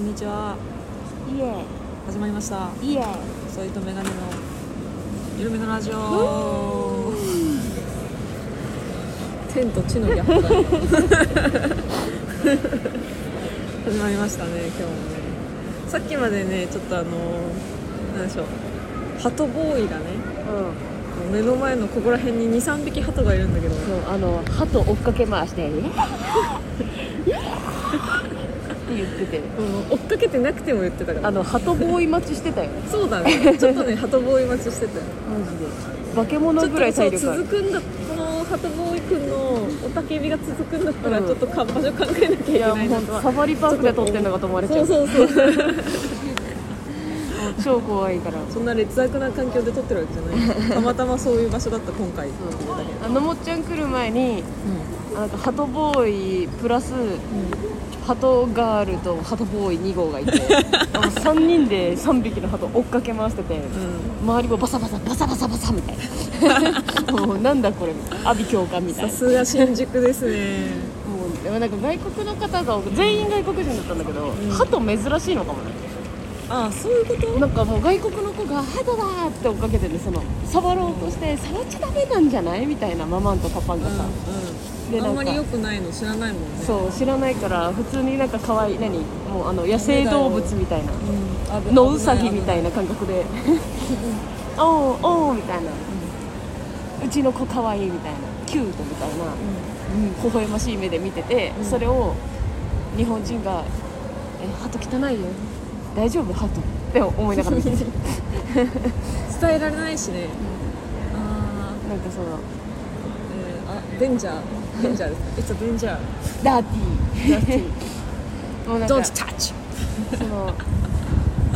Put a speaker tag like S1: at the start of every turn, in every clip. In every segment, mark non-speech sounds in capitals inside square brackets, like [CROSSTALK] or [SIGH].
S1: んにちは
S2: イエ
S1: 始まりました
S2: イイエ
S1: ソイとメガネのゆるめのラジオ天と地のギャップだね [LAUGHS] 始まりましたね今日もねさっきまでねちょっとあのなんでしょう鳩ボーイがね
S2: うん
S1: 目の前のここら辺に23匹鳩がいるんだけど
S2: そうあの鳩追っかけ回して「イエーイイエーイって言ってて
S1: うん追っかけてなくても言ってたから
S2: あの鳩ボーイ待ちしてたよ
S1: そうだねちょっとね [LAUGHS] 鳩ボーイ待ちしてたよ
S2: マジで化け物
S1: ちょっ
S2: ぐらい
S1: とそ
S2: 体
S1: う
S2: 力あ
S1: 続く
S2: る
S1: んだこのハトボーイくんの雄たけびが続くんだったら
S2: うん
S1: ちょっとか場所考えなきゃい
S2: い
S1: け
S2: や
S1: な
S2: も
S1: いうな
S2: ほ
S1: と
S2: んと
S1: は
S2: サファリパークで撮ってんのかと思われちゃ
S1: そう
S2: う
S1: そうそう
S2: 超怖いから
S1: そんな劣悪な環境で撮ってるわけじゃないたまたまそういう場所だった今回っていうだけ
S2: あのもっちゃん来る前に
S1: う
S2: あなんか鳩ボーイプラス
S1: ん
S2: 鳩ガールと鳩ボーイ2号がい
S1: [LAUGHS]
S2: てあの3人で3匹の鳩追っかけ回してて
S1: うん
S2: 周りもバサバサバサバサバサみたい
S1: [LAUGHS]
S2: なもうなんだこれ阿鼻教官みたい
S1: さ
S2: な
S1: すが新宿ですね
S2: もうでもなんか外国の方が全員外国人だったんだけど、
S1: ん
S2: 鳩珍しいのかもね
S1: ああそういうこと
S2: なんかもう外国の子が「鳩だ!」って追っかけててその触ろうとして「触っちゃダメなんじゃない?」みたいなママンとパパンがさ、
S1: うん
S2: で
S1: うんあんま
S2: なんか
S1: り良くないの知らないもんね
S2: そう知らないから普通になんか可愛い何もうあの野生動物みたいな
S1: うん危
S2: 野ウサギみた
S1: ない
S2: な感覚で [LAUGHS] 「おうおう」みたいな、うちの子可愛いみたいなキュートみたいな、微笑ましい目で見てて、
S1: うん
S2: それを日本人が「えハト汚いよ大丈夫ハト」って思いながら [LAUGHS] 見てて
S1: 危ない伝えられないしねあ
S2: なんかその
S1: あえーあデンジャーデンジャーです It's a danger
S2: 「ダーティー」 [LAUGHS] もうなんか
S1: Don't touch
S2: その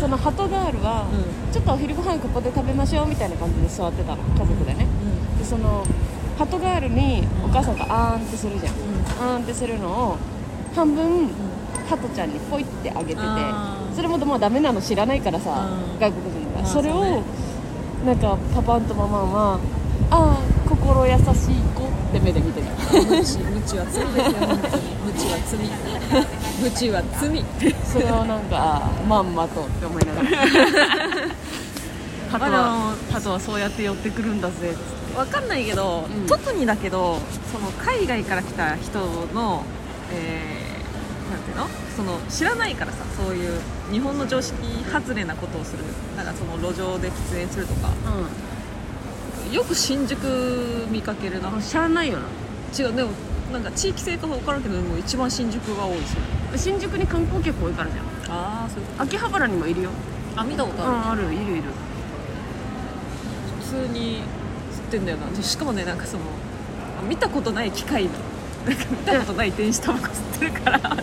S2: そのハトガールは、
S1: う
S2: ちょっとお昼ご飯ここで食べましょうみたいな感じで座ってたの家族でねでそのハトガールにお母さんがあーんってするじゃんあーんってするのを半分ハトちゃんにポイってあげてて
S1: あー
S2: それもまあダメなの知らないからさ
S1: うん
S2: 外国人
S1: ま
S2: が
S1: あ
S2: それ
S1: そうね
S2: をなんかパパンとママンはああ心優しい子って目で見てた
S1: 無知無知は罪ですよ本当に無知は罪無知は罪
S2: それをなんか [LAUGHS] あーまんまとって思いながらハト
S1: まあ
S2: はハトはそうやって寄ってくるんだぜっつって
S1: 分かんないけど、
S2: うん
S1: 特にだけどその海外から来た人の、えーなんていうのその知らないからさそういう日本の常識外れなことをするなんかその路上で喫煙するとかよく新宿見かけるな
S2: うんしゃあないよな
S1: 違うでもなんか地域性か分からんけどでも一番新宿が多いですよ
S2: 新宿に観光客多いからじゃん
S1: ああそういうこ
S2: 秋葉原にもいるよ
S1: とあ見たことある、
S2: ああるいるいる
S1: 普通に吸ってんだよなでしかもねなんかそのあ見たことない機械のなんか見たことない電子タバコ吸ってるからマジで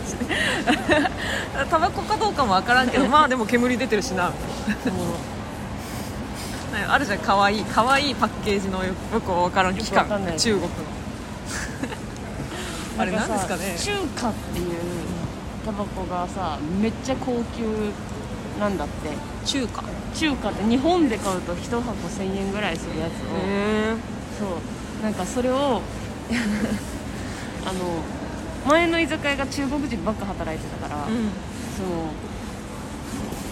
S1: [LAUGHS] タバコかどうかもわからんけどまあでも煙出てるしなみたいななんかあるじゃんかわいいかわいいパッケージのよよくわからん機
S2: よくわかんな
S1: 関
S2: い
S1: 中国のあれなんですかね
S2: 中華っていうタバコがさめっちゃ高級なんだって
S1: 中華へ
S2: 中華って日本で買うと1箱1000円ぐらいするやつを
S1: え
S2: そうなんかそれを [LAUGHS] あの前の居酒屋が中国人ばっか働いてたから、
S1: うん
S2: その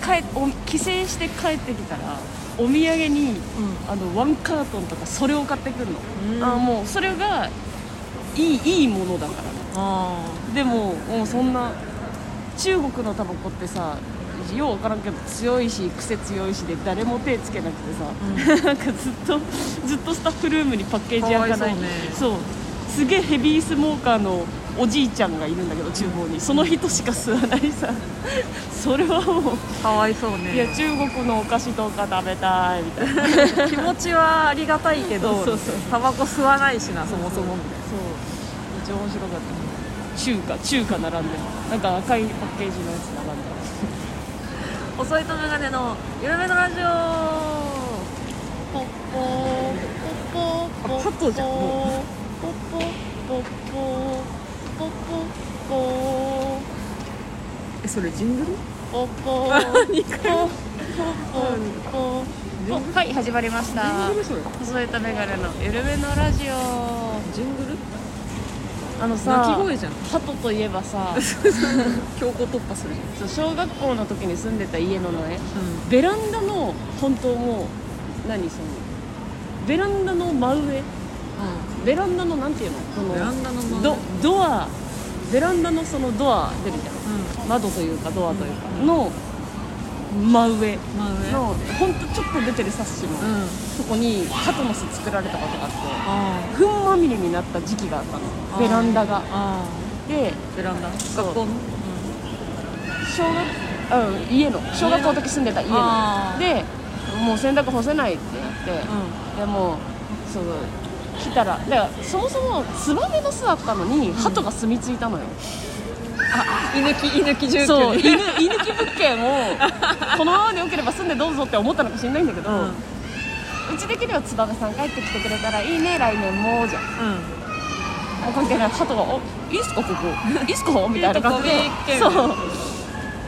S2: 帰お帰省して帰ってきたらお土産にあのワンカートンとかそれを買ってくるの、
S1: うん
S2: あもうそれがいいいいものだから
S1: あ
S2: でももうそんな中国のタバコってさよう分からんけど強いし癖強いしで誰も手つけなくてさ、なんかずっとずっとスタッフルームにパッケージ開かない
S1: かわいそうね
S2: そうすげえヘビースモーカーのおじいちゃんがいるんだけど厨房にその人しか吸わないさそれはもう
S1: あかわいそう
S2: いや
S1: ね
S2: 中国のお菓子とか食べたいみたいな
S1: 気持ちはありがたいけど
S2: そうそうそう
S1: タバコ吸わないしなそもそもみたいな
S2: そうめっちゃ面白かった中華中華並んでるなんか赤いパッケージのやつ並んでる
S1: 遅いとメガネのゆるめのラジオ
S2: ポッポーポッポーポッポー
S1: あ佐藤じゃんも
S2: ポッポーポッポーポッポー
S1: えそれジングル
S2: ポッポーポッポーポッポーポッポーはい始まりました
S1: それ
S2: 細いとメガネのゆるめのラジオ
S1: ジングル
S2: あのさ
S1: 鳴き声じゃん
S2: ハトといえばさ
S1: 強行突破するじ
S2: そう小学校の時に住んでた家のね
S1: ゃん、
S2: ベランダの本当もう何そのベランダの真上ベランダのなんていうのこの
S1: ベランダの真上
S2: ドドアベランダのそのドア出るじゃん
S1: う
S2: 窓というかドアというか
S1: うん
S2: の真上
S1: ん真上
S2: のほんとちょっと出てるサッシの
S1: うん
S2: とこにハトの巣作られたことがあっ
S1: あ
S2: て糞まみれになった時期があった
S1: あ
S2: の
S1: ー
S2: ベランダが
S1: あ
S2: で
S1: ベランダ
S2: そう
S1: 学校の、
S2: 小学、うん、家の小学校の時住んでた家
S1: あ
S2: の
S1: ー
S2: でもう洗濯干せないってなって、でもそう来たらだからそもそもツバメの巣あったのに鳩が住み着いたのよ、
S1: うん、犬き犬き住
S2: そう
S1: 居に
S2: 犬犬木物件をこのままでよければ住んでどうぞって思ったのかもしれないんだけど、う
S1: うんうん
S2: ち的にはツバメさん帰ってきてくれたらいいね来年もじゃんもう関係ない鳩が「おいいっすかここいいっすか?」みたいな感じで
S1: [LAUGHS] いいとこ見っけ
S2: そう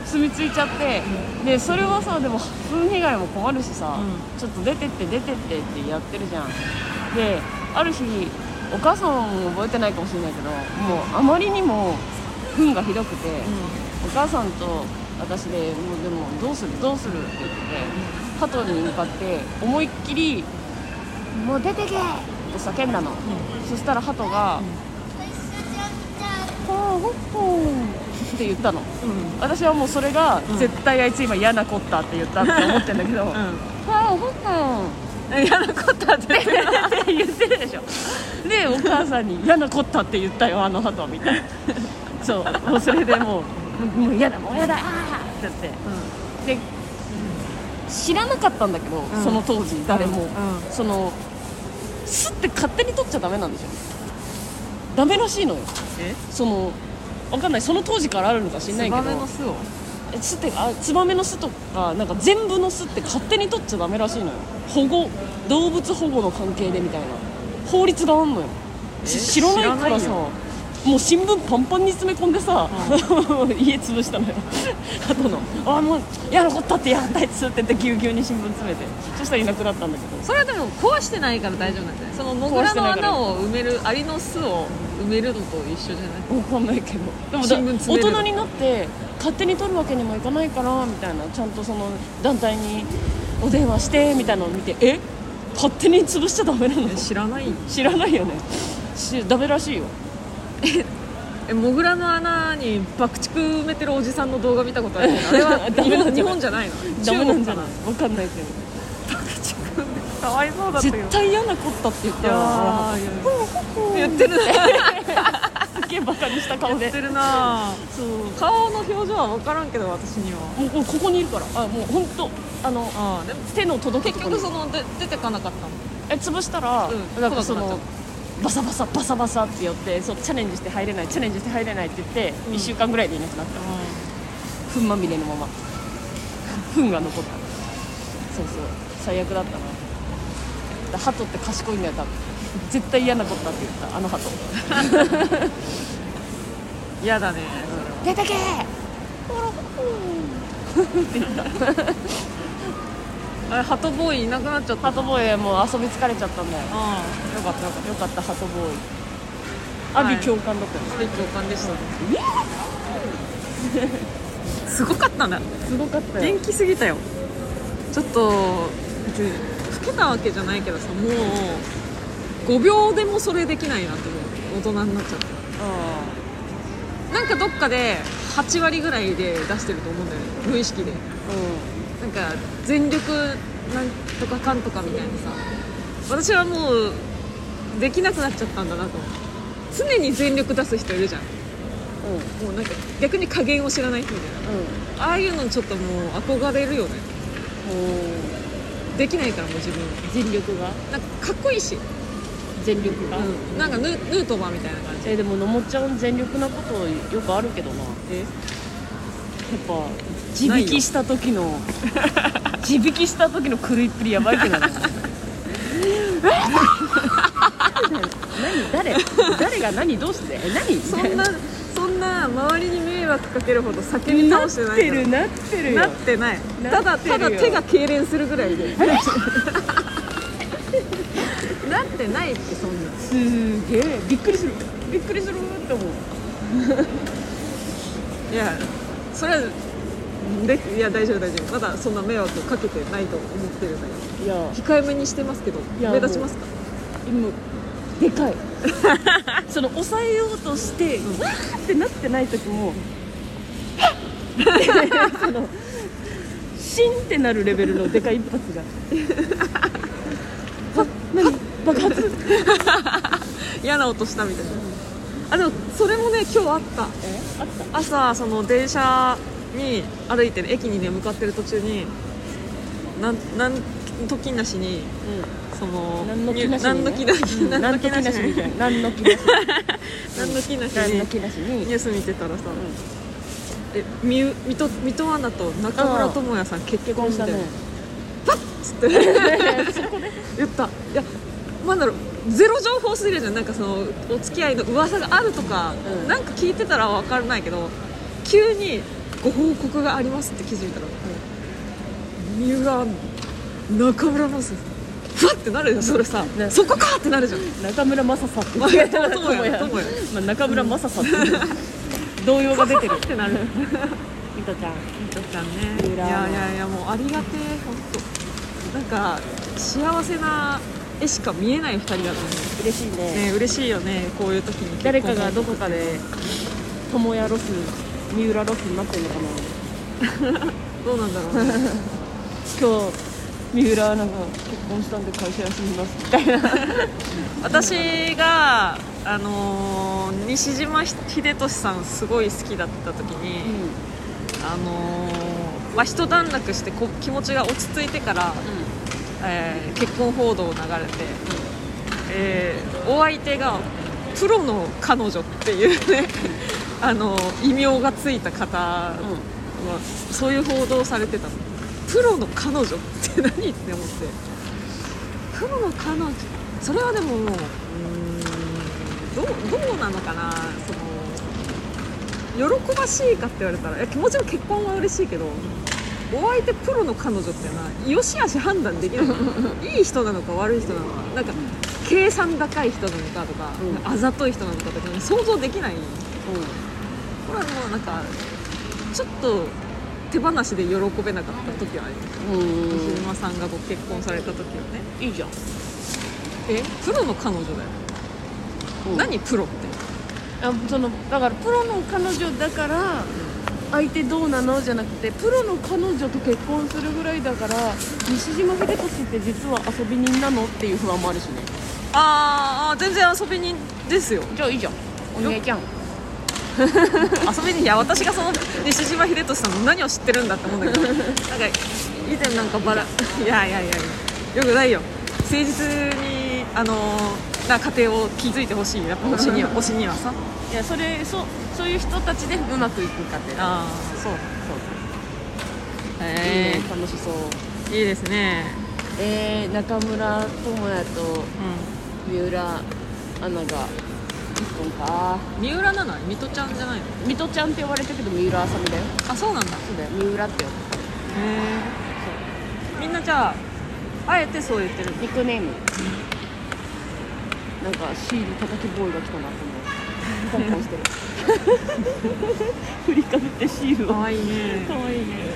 S2: 住み着いちゃって、でそれはさでも風被害も困るしさ、
S1: う
S2: ちょっと出てって出てってってやってるじゃんである日お母さんも覚えてないかもしれないけどもうあまりにも糞がひどくて、お母さんと私でもうでもどうするどうするって言って加藤に向かって思いっきり「もう出てけ!」って叫んだの、そしたらハトが「ほーほっほー」って言ったの
S1: うん
S2: 私はもうそれが
S1: うん
S2: 絶対あいつ今嫌なこったって言ったって思ってんだけど「
S1: う
S2: は
S1: ん
S2: あほっ
S1: [LAUGHS]
S2: ほ
S1: うん嫌なことは全 [LAUGHS] 然
S2: ー」って言ってるでしょでお母さんに「嫌なこったって言ったよあのハト」みたいなそうもうそれでもう「もう嫌だもう嫌だあーって言って。で知らなかったんだけど、
S1: ん
S2: その当時誰も、
S1: うん
S2: そのすって勝手に取っちゃダメなんでしょダメらしいのよ
S1: え
S2: そのわかんないその当時からあるのか知んな
S1: ツ
S2: いけど
S1: バメの巣を
S2: え巣ってあツバメの巣とかなんか全部の巣って勝手に取っちゃダメらしいのよ保護動物保護の関係でみたいな法律があんのよ
S1: え
S2: し知らないか
S1: 知らな
S2: ら
S1: い
S2: さ
S1: よ
S2: もう新聞パンパンに詰め込んでさ、 [LAUGHS] 家潰したのよあとの「あもうやなこったってやったやつ」って言ってぎゅうぎゅうに新聞詰めてそしたらいなくなったんだけど
S1: それはでも壊してないから大丈夫なんじゃないそのモグ
S2: 壊
S1: ラ
S2: してな
S1: の
S2: いから
S1: 穴を埋めるアリの巣を埋めるのと一緒じゃない
S2: わかんないけどでもだ
S1: 新聞詰
S2: 大
S1: める
S2: 人になって勝手に取るわけにもいかないからみたいなちゃんとその団体にお電話してみたいなのを見てえ勝手に潰しちゃダメなの [LAUGHS]
S1: え知らない
S2: 知らないよねしダメらしいよ
S1: えモグラの穴に爆竹埋めてるおじさんの動画見たことある [LAUGHS] けどあれは
S2: ダ
S1: 日
S2: メなんじゃない
S1: 本日本じゃないの
S2: ダメなんじゃ
S1: か
S2: な
S1: ない
S2: わかんないけど
S1: 爆竹かわいそうだったよ
S2: 絶対嫌なこったって言っ
S1: い
S2: た
S1: や
S2: ら
S1: ー言ってるな
S2: すっげえバカにした顔
S1: 言
S2: で
S1: ってるな
S2: そう
S1: 顔の表情は分からんけど私には
S2: もうもうここにいるからあもう本当あの
S1: ああでも
S2: 手の届く
S1: 結
S2: とこに
S1: 局そので出てかなかったの
S2: え潰したら、
S1: うん
S2: なんかそ
S1: 来なくなっ
S2: の
S1: ち
S2: バサバサバサバサって寄ってそうチャレンジして入れないチャレンジして入れないって言って、
S1: うん
S2: 1週間ぐらいでいなくなった糞まみれのまま糞が残ったそうそう最悪だったなだハトって賢いんだよ多分絶対嫌なことだって言ったあのハト
S1: 嫌だね
S2: 出てけほら
S1: あれハトボーイいなくなっちゃった
S2: ハトボーイもう遊び疲れちゃったんだよ
S1: ああよかったよかっ
S2: よかったハトボーイ阿
S1: はい
S2: 鼻共感だったよ、
S1: たすごい共感でしたね [LAUGHS] すごかったね
S2: すごかったよ
S1: 元気すぎたよちょっと老けたわけじゃないけどさもう5秒でもそれできないなって思う大人になっちゃってなんかどっかで8割ぐらいで出してると思うんだよね無意識でなんか全力なんとかかんとかみたいなさ私はもうできなくなっちゃったんだなと思って常に全力出す人いるじゃん
S2: うんうん
S1: もうなんか逆に加減を知らない人みたいなああいうのちょっともう憧れるよね
S2: うんうん
S1: できないからもう自分
S2: 全力が
S1: なんかかっこいいし、
S2: 全力が、
S1: うん、なんかヌヌートバーみたいな感じ
S2: えでものもちゃん全力なことよくあるけどなやっ
S1: え
S2: ぱ自引きした
S1: [LAUGHS]
S2: 時の自引きした時の狂いっぷりやばいけどな何誰誰が何どうしてえ何
S1: そん
S2: [LAUGHS]
S1: なそんな周りに迷惑かけるほど叫び倒
S2: なっ
S1: してない
S2: て
S1: か
S2: るなってるよ
S1: らなってない
S2: な
S1: た
S2: っ
S1: だ
S2: てるよ
S1: た
S2: [LAUGHS]
S1: だ手が痙攣するぐらいでななってないってそんな
S2: すげえびっくりするびっくりするって思う
S1: いやそれはでいや大丈夫大丈夫まだそんな迷惑かけてないと思ってるんだけ
S2: いや
S1: ど控えめにしてますけど
S2: いや
S1: 目立ちますか
S2: もうでかい [LAUGHS] その抑えようとして、
S1: うん
S2: わーってなってない時も、そのシンってなるレベルのでかい一発 [LAUGHS] があ何爆発
S1: 嫌な音したみたいな、あでもそれもね今日あった
S2: あった
S1: 朝その電車に歩いてね駅にね向かってる途中になんなん時なしにその
S2: 何の気なしに、
S1: 何
S2: ね、
S1: の気なし何の気な
S2: うん
S1: し
S2: 何の気なしみたい
S1: に
S2: な何の気なし
S1: 何の気なし
S2: 何の
S1: に
S2: 気なしに
S1: ニュース見てたらさ、
S2: ん
S1: えみえ水戸水戸アナと中村智也さん結
S2: 結
S1: 婚み
S2: 婚したた
S1: いな
S2: ね
S1: っつって言ったいやなんだろうゼロ情報すぎるじゃんなんかそのお付き合いの噂があるとか、
S2: うん
S1: なんか聞いてたら分からないけど急にご報告がありますって気づいたら、三浦中村雅さんふわってなるじゃんそれさ、
S2: ね
S1: そこかってなるじゃん
S2: 中村正さん [LAUGHS] って
S1: 間違えた友也友也
S2: まあ、中村正さん [LAUGHS] っていう動揺が [LAUGHS] 出てる
S1: ふわってなる
S2: ミトちゃん
S1: みとちゃんね
S2: 三
S1: い
S2: 浦
S1: やいやいやもうありがてえ本当なんか幸せな絵しか見えない2人だと思
S2: 嬉しいね
S1: うね嬉しいよねこういう時に
S2: 誰かがどこかで友也ロス三浦ロスになってるのか
S1: ど
S2: な
S1: うなんだろう、ね、
S2: 今日三浦アナが結婚したんで会社休みますみたいな
S1: 私があのー西島秀俊さんすごい好きだった時に、あのーまあ、一段落してこ気持ちが落ち着いてから、えー結婚報道を流れて、えーお相手がプロの彼女っていうね、 [LAUGHS] あの異名がついた方は、そういう報道をされてたのプロの彼女って何って思ってプロの彼女それはでももううーんどうどうなのかなその喜ばしいかって言われたらいやもちろん結婚は嬉しいけどお相手プロの彼女ってなよしあし判断できない
S2: [LAUGHS]
S1: いい人なのか悪い人なのかなんか計算高い人なのかとか、
S2: うん
S1: あざとい人なのかとか想像できないこれはもうなんかちょっと手放しで喜べなかった時はあります
S2: うんうん
S1: 西島さんがご結婚された時はね
S2: いいじゃん、
S1: えプロの彼女だよ、何プロって
S2: あそのだからプロの彼女だから相手どうなのじゃなくてプロの彼女と結婚するぐらいだから西島秀俊って実は遊び人なのっていう不安もあるしね
S1: あーあー全然遊び人です [LAUGHS] よ
S2: じゃあいいじゃんお姉ちゃん
S1: 遊び人いや私がその西島秀俊さんの何を知ってるんだって思うんだけど [LAUGHS] なんか以前なんかバラ [LAUGHS] いやいやいやいやよくないよ誠実にあのーな家庭を築いてほしいやっぱ推しに [LAUGHS] は推しにはさ
S2: いやそれそうそういう人たちでうまくいくかってそう
S1: ああそう
S2: いい
S1: へ
S2: ね楽しそう
S1: えいいですね
S2: えー、中村智也と
S1: うん
S2: 三浦アナが一本か
S1: 三浦なの水戸ちゃんじゃないの
S2: 水戸ちゃんって呼ばれてるけど三浦あさみだよ
S1: あそうなんだへ
S2: そうだよ三浦って呼
S1: えみんなじゃああえてそう言ってる
S2: ぶニックネームなんかシール叩きボーイが来た [LAUGHS] なと思うポンポンしてる振りかぶってシールを
S1: わいいね
S2: かわいいね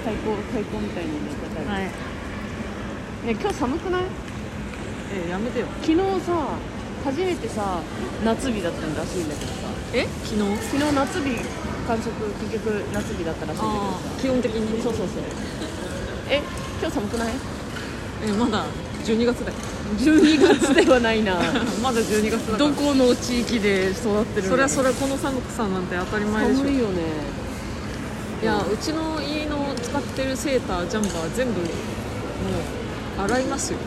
S2: 太鼓太鼓みたいにね叩いて、
S1: はい
S2: ね今日寒くない
S1: えやめてよ
S2: 昨日さ初めてさ夏日だったんらしいんだけどさ
S1: え昨日
S2: 昨日夏日観測結局夏日だったらしいんだけどさ
S1: 基本的に
S2: そうそうそうえ今日寒くない
S1: えまだ12月だよ
S2: 12月ではないな
S1: まだ12月だから
S2: [LAUGHS] どこの地域で育ってるの
S1: そりゃそりゃこの寒さなんて当たり前でしょ
S2: 寒いよね
S1: いやうちの家の使ってるセータージャンバー全部もう洗いますよ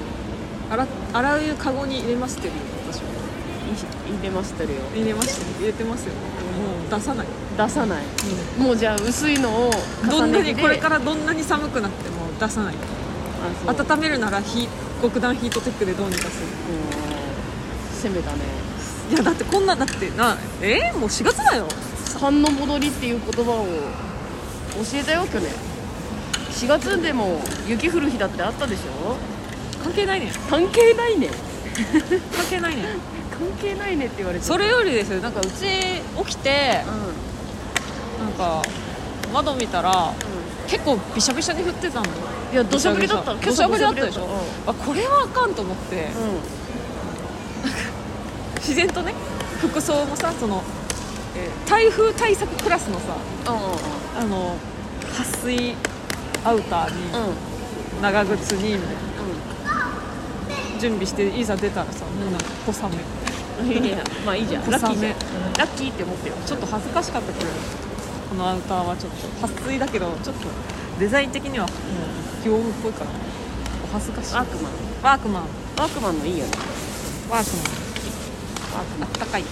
S1: 洗洗うカゴに入れましてるよ私はい
S2: 入れましたるよ
S1: 入れましてる入れてますよもう出さない
S2: 出さないもうじゃあ薄いのを
S1: ど
S2: 重
S1: んな
S2: ね
S1: に
S2: 着で
S1: これからどんなに寒くなっても出さない
S2: あそう
S1: 温めるならヒ極暖ヒートテックでどうにかする
S2: うん攻めたね
S1: いやだってこんなだってなえー、もう4月だよ
S2: 寒の戻りっていう言葉を教えたよ去年4月でも雪降る日だってあったでしょ
S1: 関係ないね
S2: 関係ないね
S1: え関係ないね
S2: 関係ないねって言われて
S1: それよりですよなんかうち起きて
S2: うんうん
S1: なんか窓見たら結構びしゃびしゃに降ってたの
S2: いや土砂降りだった
S1: 土砂降りだったでしょ
S2: う、
S1: あこれはあかんと思って
S2: んうん
S1: 自然とね服装もさそのえー台風対策クラスのさ
S2: う
S1: あの撥水アウターに
S2: んうん
S1: 長靴にみたいな準備していざ出たらさもうなんか小雨
S2: うんいやまあいいじゃん
S1: 小
S2: ラッキーじゃ
S1: 雨
S2: んラッキーって思ってよ
S1: ちょっと恥ずかしかったけどこのアウターはちょっと撥水だけどちょっとデザイン的には業務っぽいからお恥ずかしい
S2: ワークマン
S1: ワークマン
S2: ワークマンのいいよね
S1: ワーク
S2: ワーク
S1: マンあ
S2: マン
S1: ったかい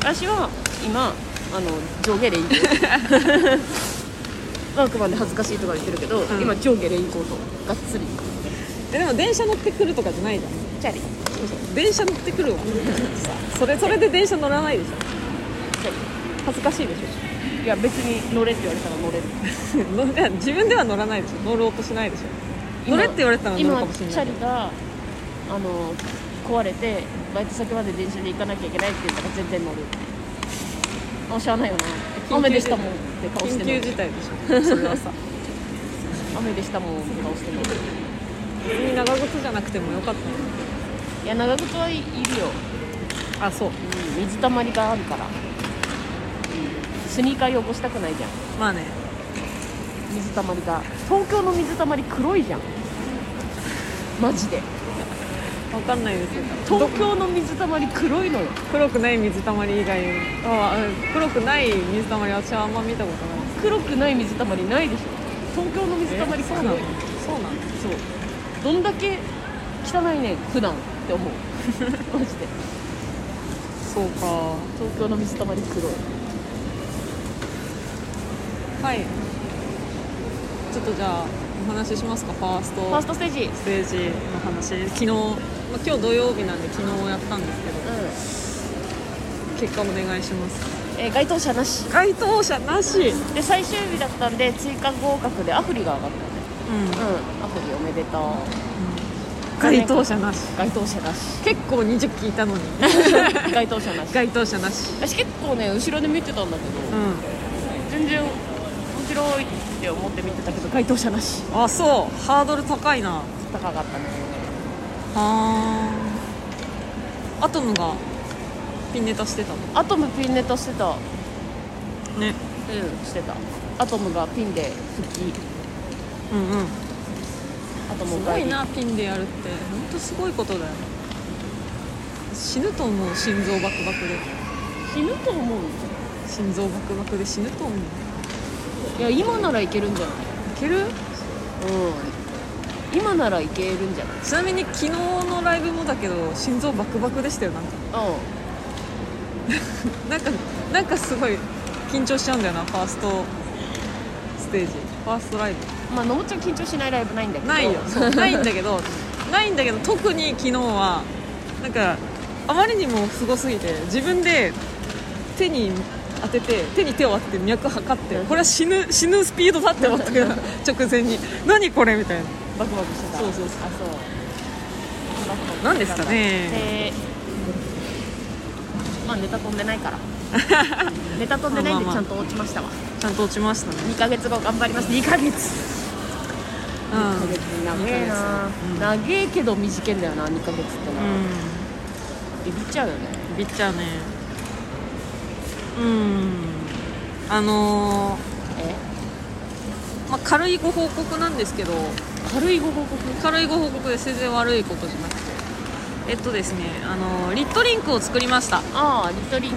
S2: 私は今あの上下レインコートワークマンで恥ずかしいとか言ってるけど、
S1: ん
S2: 今上下レインコートがっつり
S1: えでも電車乗ってくるとかじゃないじゃん
S2: チャリチ
S1: 電車乗ってくるわ [LAUGHS] それそれで電車乗らないでしょ
S2: ャリ恥ずかしいでしょいや別に乗れって言われたら乗
S1: 乗
S2: れる
S1: いや [LAUGHS] 自分では乗らないでしょ乗ろうとしないでしょ乗
S2: 今
S1: れって言われたら乗る
S2: 今
S1: かもしれ
S2: チ
S1: な
S2: ャ
S1: いけ
S2: リ
S1: ど
S2: があの壊れてバイト先まで電車で行かなきゃいけないって言ったら全然乗るあしゃあないよな雨でしたもんって顔して
S1: 緊
S2: 乗
S1: 急
S2: る
S1: 事態でしょそれはさ
S2: 雨でしたもんって顔して乗る
S1: 別に長靴じゃなくてもよかったのに
S2: いや長靴はいいるよ、
S1: あそう
S2: うん、水たまりがあるから、うん、スニーカー汚したくないじゃん
S1: まあね
S2: 水たまりが東京の水たまり黒いじゃんマジで
S1: わかんないですけど
S2: 東京の水たまり黒いのよ
S1: 黒くない水たまり以外ああ黒くない水たまり私はあんま見たことない
S2: 黒くない水たまりないでしょ東京の水たまり
S1: そう
S2: 黒
S1: ないのそうなの
S2: そうどんだけ汚いねん普段って [LAUGHS] 思うマジで
S1: そうか
S2: 東京の水たまり黒い
S1: はいちょっとじゃあお話ししますかファース
S2: ファース
S1: ト
S2: トステージ
S1: ステージの話昨日、まあ、今日土曜日なんで昨日やったんですけど結果お願いします
S2: えー該当者なし
S1: 該当者なしうん
S2: で最終日だったんで追加合格でアフリが上がったねうんアフリおめでとう
S1: 該当者なし
S2: 該当者な [LAUGHS] し
S1: 結構20聞いた
S2: [LAUGHS]
S1: のに
S2: 該当者なし
S1: 該当者なし
S2: 私結構ね後ろで見てたんだけ
S1: う
S2: ど
S1: ん
S2: 全然面白いって思って見てたけど該当者なし
S1: あそうハードル高いな
S2: 高かったね
S1: あーアトムがピンネタしてたの
S2: アトムピンネタしてた
S1: ね
S2: うんしてたアトムがピンで復帰
S1: うんうん
S2: アトム
S1: す
S2: が
S1: ごいなピンでやるって本当すごいことだよ死ぬと思う心臓バクバクで
S2: 死ぬと思う
S1: 心臓バクバクで死ぬと思うい
S2: いや今ならいけるんじゃない
S1: ける
S2: うん今ならいけるんじゃない
S1: ちなみに昨日のライブもだけど心臓バクバクでしたよなんか
S2: う
S1: なんかなんかすごい緊張しちゃうんだよなファーストステージファーストライブ
S2: んまあのもちゃん緊張しないライブないんだけど
S1: ないよそうないんだけどないんだけど特に昨日はなんかあまりにもすごすぎて自分で手に当てて手に手を当てて脈測ってこれは死ぬ死ぬスピードだって思ったけど直前に何これみたいな
S2: バクバクしてた
S1: そうそうそう
S2: あそうバクバクしてた
S1: なんですかね
S2: でまあネタ飛んでないから
S1: [LAUGHS]
S2: ネタ飛んでないんで
S1: まあまあ
S2: ちゃんと落ちましたわ
S1: ちゃんと落ちましたね
S2: 2ヶ月後頑張ります2ヶ月
S1: う
S2: 2ヶ
S1: ん
S2: 月長えな
S1: 二ヶ
S2: 長えけど短いんだよな2ヶ月ってなビビっちゃうよね
S1: うんビっちゃうねうんあの
S2: え
S1: ーまあ、軽いご報告なんですけど
S2: 軽いご報告
S1: 軽いご報告で全然悪いことじゃなくてえっとですねあのリットリンクを作りました
S2: ああリトリンク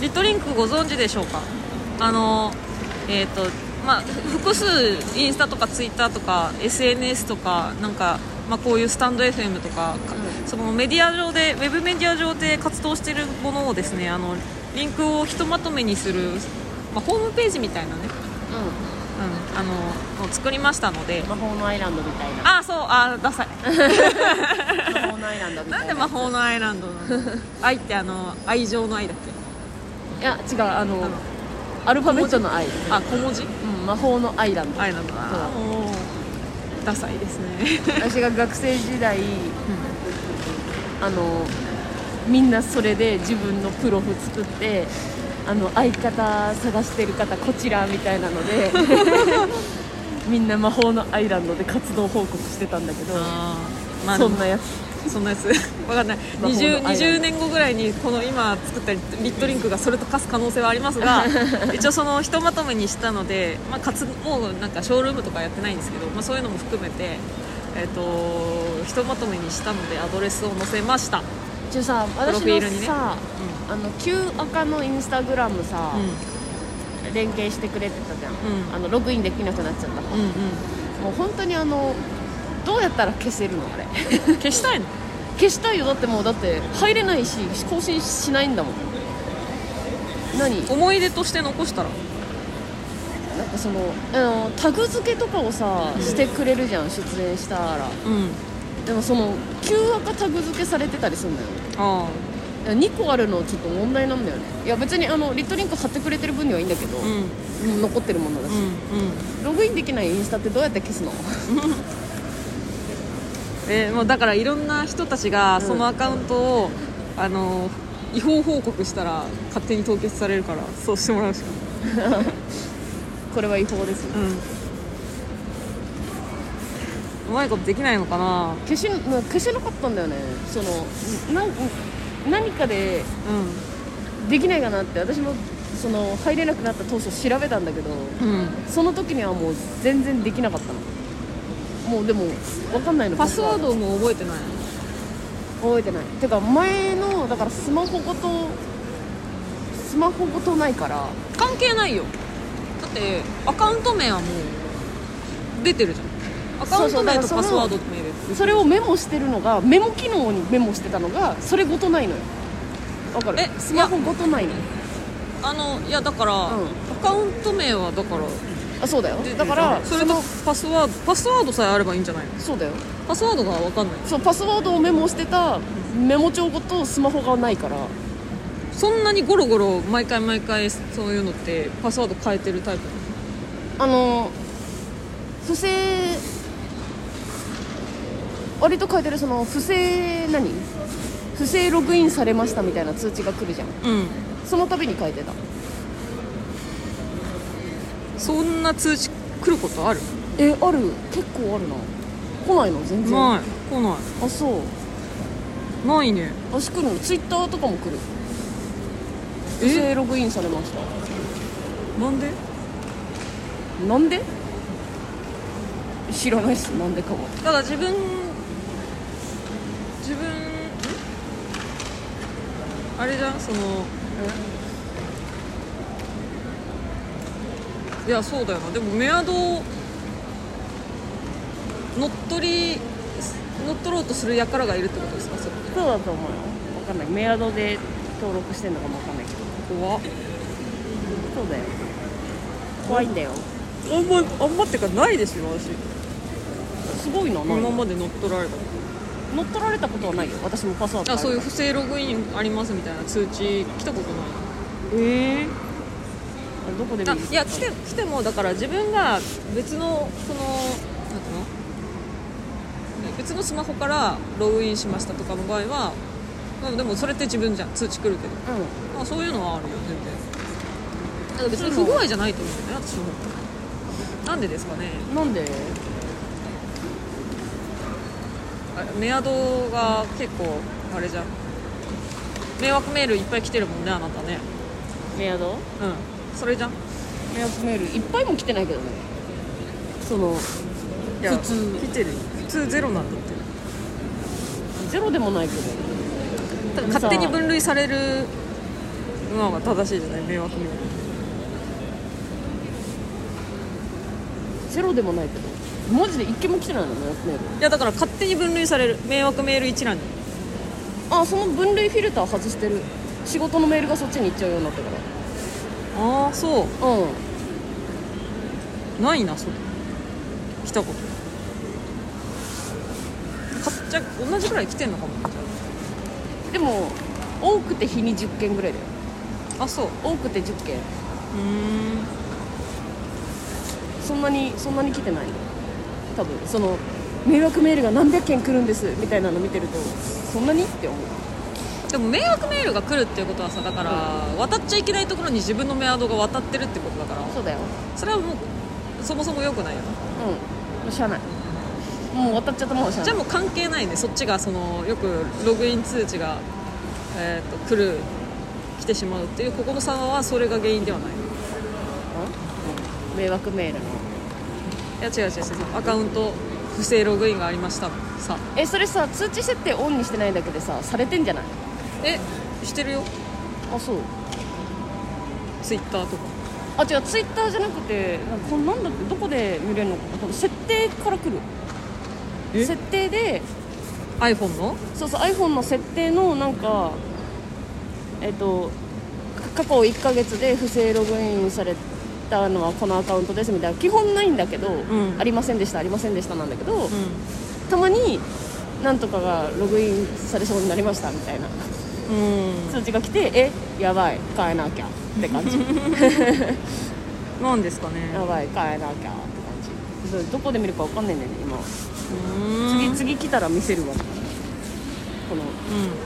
S1: リットリンクご存知でしょうかあのえっとまあ複数インスタとかツイッターとか SNS とかなんか、まあ、こういうスタンド FM とか、か
S2: う
S1: そのメディア上でウェブメディア上で活動しているものをですねあのリンクをひとまとめにする、まあ、ホームページみたいなね、
S2: う
S1: うん、あのを作りましたので
S2: ん魔法のアイランドみたいな
S1: あそうあダサい
S2: 魔法のアイランドみたい
S1: な
S2: なん
S1: で魔法のアイランドなの愛ってあの愛情の愛だっけ
S2: いや違うあの
S1: あの
S2: アルファベットの愛
S1: あ小文字
S2: うん魔法のアイランド
S1: アイランドだ
S2: そ
S1: もうダサいですね
S2: 私が学生時代あのみんなそれで自分のプロフ作ってあの相方探してる方こちらみたいなので
S1: [LAUGHS]
S2: みんな魔法のアイランドで活動報告してたんだけど、
S1: あーまあ
S2: そんなやつ
S1: そんなやつわかんない
S2: 魔法のアイラ
S1: 20,
S2: ンド
S1: 20年後ぐらいにこの今作ったリットリンクがそれと化す可能性はあります
S2: [LAUGHS]
S1: が一応そのひとまとめにしたので、まあ、かつもうなんかショールームとかやってないんですけど、まあ、そういうのも含めて、えっとひとまとめにしたのでアドレスを載せました、うん
S2: じゃあさ
S1: ロ
S2: 私
S1: フィー
S2: の
S1: ルにね
S2: さ、あの旧赤のインスタグラムさ、連携してくれてたじゃん、
S1: うん
S2: あのログインできなくなっちゃった方、
S1: うん
S2: もう本当にあのどうやったら消せるのあれ [LAUGHS]
S1: うん消したいの
S2: 消したいよだってもうだって入れないし更新しないんだもん何
S1: 思い出として残したら
S2: なんかそのあのタグ付けとかをさしてくれるじゃん出演したら
S1: うん
S2: でもその旧赤タグ付けされてたりするんだよ
S1: あ
S2: 2個あるのちょっと問題なんだよねいや別にあのリットリンク貼ってくれてる分にはいいんだけど、
S1: あうんうん
S2: 残ってるものだし、
S1: うん
S2: ログインできないインスタってどうやって消すの [LAUGHS]
S1: えーもうだからいろんな人たちがそのアカウントを、あの違法報告したら勝手に凍結されるからそうしてもらうしかな
S2: これは違法です
S1: い、うまいことできないのかな
S2: 消しな消せなかったんだよねそのなん何かでできないかなって私もその入れなくなった当初調べたんだけど
S1: うん、うん、
S2: その時にはもう全然できなかったのもうでも分かんないの
S1: パスワードも覚えてない
S2: 覚えてないてか前のだからスマホごとスマホごとないから
S1: 関係ないよだってアカウント名はもう出てるじゃんアカウント名と
S2: そ
S1: パ
S2: うそうだから
S1: ス
S2: その
S1: ワード名です
S2: それをメモしてるのがメモ機能にメモしてたのがそれごとないのよわかる
S1: え
S2: スマホごとないの
S1: あのいやだから、
S2: ん
S1: アカウント名はだから
S2: あそうだよ
S1: 出てるじゃ
S2: だ
S1: ん
S2: から
S1: それとパスワードパスワードさえあればいいんじゃないの
S2: そうだよ
S1: パスワードが分かんない
S2: そうパスワードをメモしてたメモ帳ごとスマホがないから
S1: そんなにゴロゴロ毎回毎回そういうのってパスワード変えてるタイプ
S2: あの不正割と書いてるその不正何不正ログインされましたみたいな通知が来るじゃん
S1: うん
S2: その度に書いてた
S1: そんな通知来ることある
S2: えある結構あるな来ないの全然
S1: ない
S2: あ
S1: 来な
S2: そう
S1: いないね
S2: 私来るのツイッターとかも来る不
S1: え
S2: 正ログインされました
S1: なんで
S2: なんで知らないっすなんでかも
S1: ただ自分自分んあれじゃんそのいやそうだよなでもメアドを乗っ取り乗っ取ろうとする輩がいるってことですかそれ
S2: そうだと思うよ分かんないメアドで登録してんのかも分かんないけど
S1: 怖っ
S2: そうだよ怖いんだよ
S1: あんまあんまってかないですよ私
S2: すごいな
S1: 今
S2: 乗
S1: まで乗っ取られた
S2: っ取られたことはないよ私もパスワード
S1: あそういうう不正ログインありますみたいな通知来たことな
S2: ええどこで見
S1: い
S2: る
S1: あいや来て来てもだから自分が別のそのなんていうの別のスマホからログインしましたとかの場合はまあでもそれって自分じゃん通知来るけど、
S2: う
S1: まあ、そういうのはあるよ全然だから別に不具合じゃないと思うよね私もなんでですかね
S2: んなんで
S1: あメアドが結構あれじゃん迷惑メールいっぱい来てるもんねあなたね
S2: メアド
S1: うんそれじゃん
S2: メアドメールいっぱいも来てないけどねその
S1: いや
S2: 普通
S1: 来てる普通ゼロなんだって
S2: ゼロでもないけど
S1: ただ
S2: さ
S1: 勝手に分類されるのが正しいじゃない迷惑メール
S2: ゼロでもないけどマジで一件も来てないのメアドメール
S1: いやだから勝手に分類される迷惑メール一覧に
S2: あその分類フィルター外してる仕事のメールがそっちに行っちゃうようになったか
S1: ああそ
S2: らうん
S1: うないなそれ来たことかじゃあ同じくらい来てんのかも
S2: でも多くて日に10件ぐらいだよ
S1: あそうう
S2: 多くて10件
S1: ーん
S2: そんなにそんなに来てない多分その迷惑メールが何百件来るんですみたいなの見てるとそんなにって思う
S1: でも迷惑メールが来るっていうことはさだから、渡っちゃいけないところに自分のメアドが渡ってるってことだから
S2: そうだよ
S1: それはもうそもそも良くないよね
S2: うんもうしゃあないもう渡っちゃったもんしゃあ
S1: じ
S2: な
S1: ゃあもう
S2: い
S1: 関係ないねそっちがそのよくログイン通知が、えー、と来る来てしまうっていうここの差はそれが原因ではない
S2: うん迷惑メールの
S1: いや違う違う違うアカウント不正ログインがありましたさ
S2: えそれさ通知設定オンにしてないだけでさされてんじゃない
S1: えしてるよ
S2: あそう
S1: ツイッターとか
S2: あ違うツイッターじゃなくてなんかこのなんだっけどこで見れるのかこの設定から来る
S1: え
S2: 設定で
S1: iPhone の
S2: そうそう iPhone の設定のなんかえっと過去1ヶ月で不正ログインされたのはこのアカウントですみたいな基本ないんだけど、
S1: ん
S2: ありませんでしたありませんでしたなんだけど、
S1: う
S2: たまになんとかがログインされそうになりましたみたいなん
S1: うん
S2: 通知が来てえやばい変えなきゃって
S1: [LAUGHS]
S2: 感じ
S1: なんですかね
S2: やばい変えなきゃって感じそうどこで見るかわかんないんだよね今
S1: 次
S2: 次次来たら見せるわこの
S1: う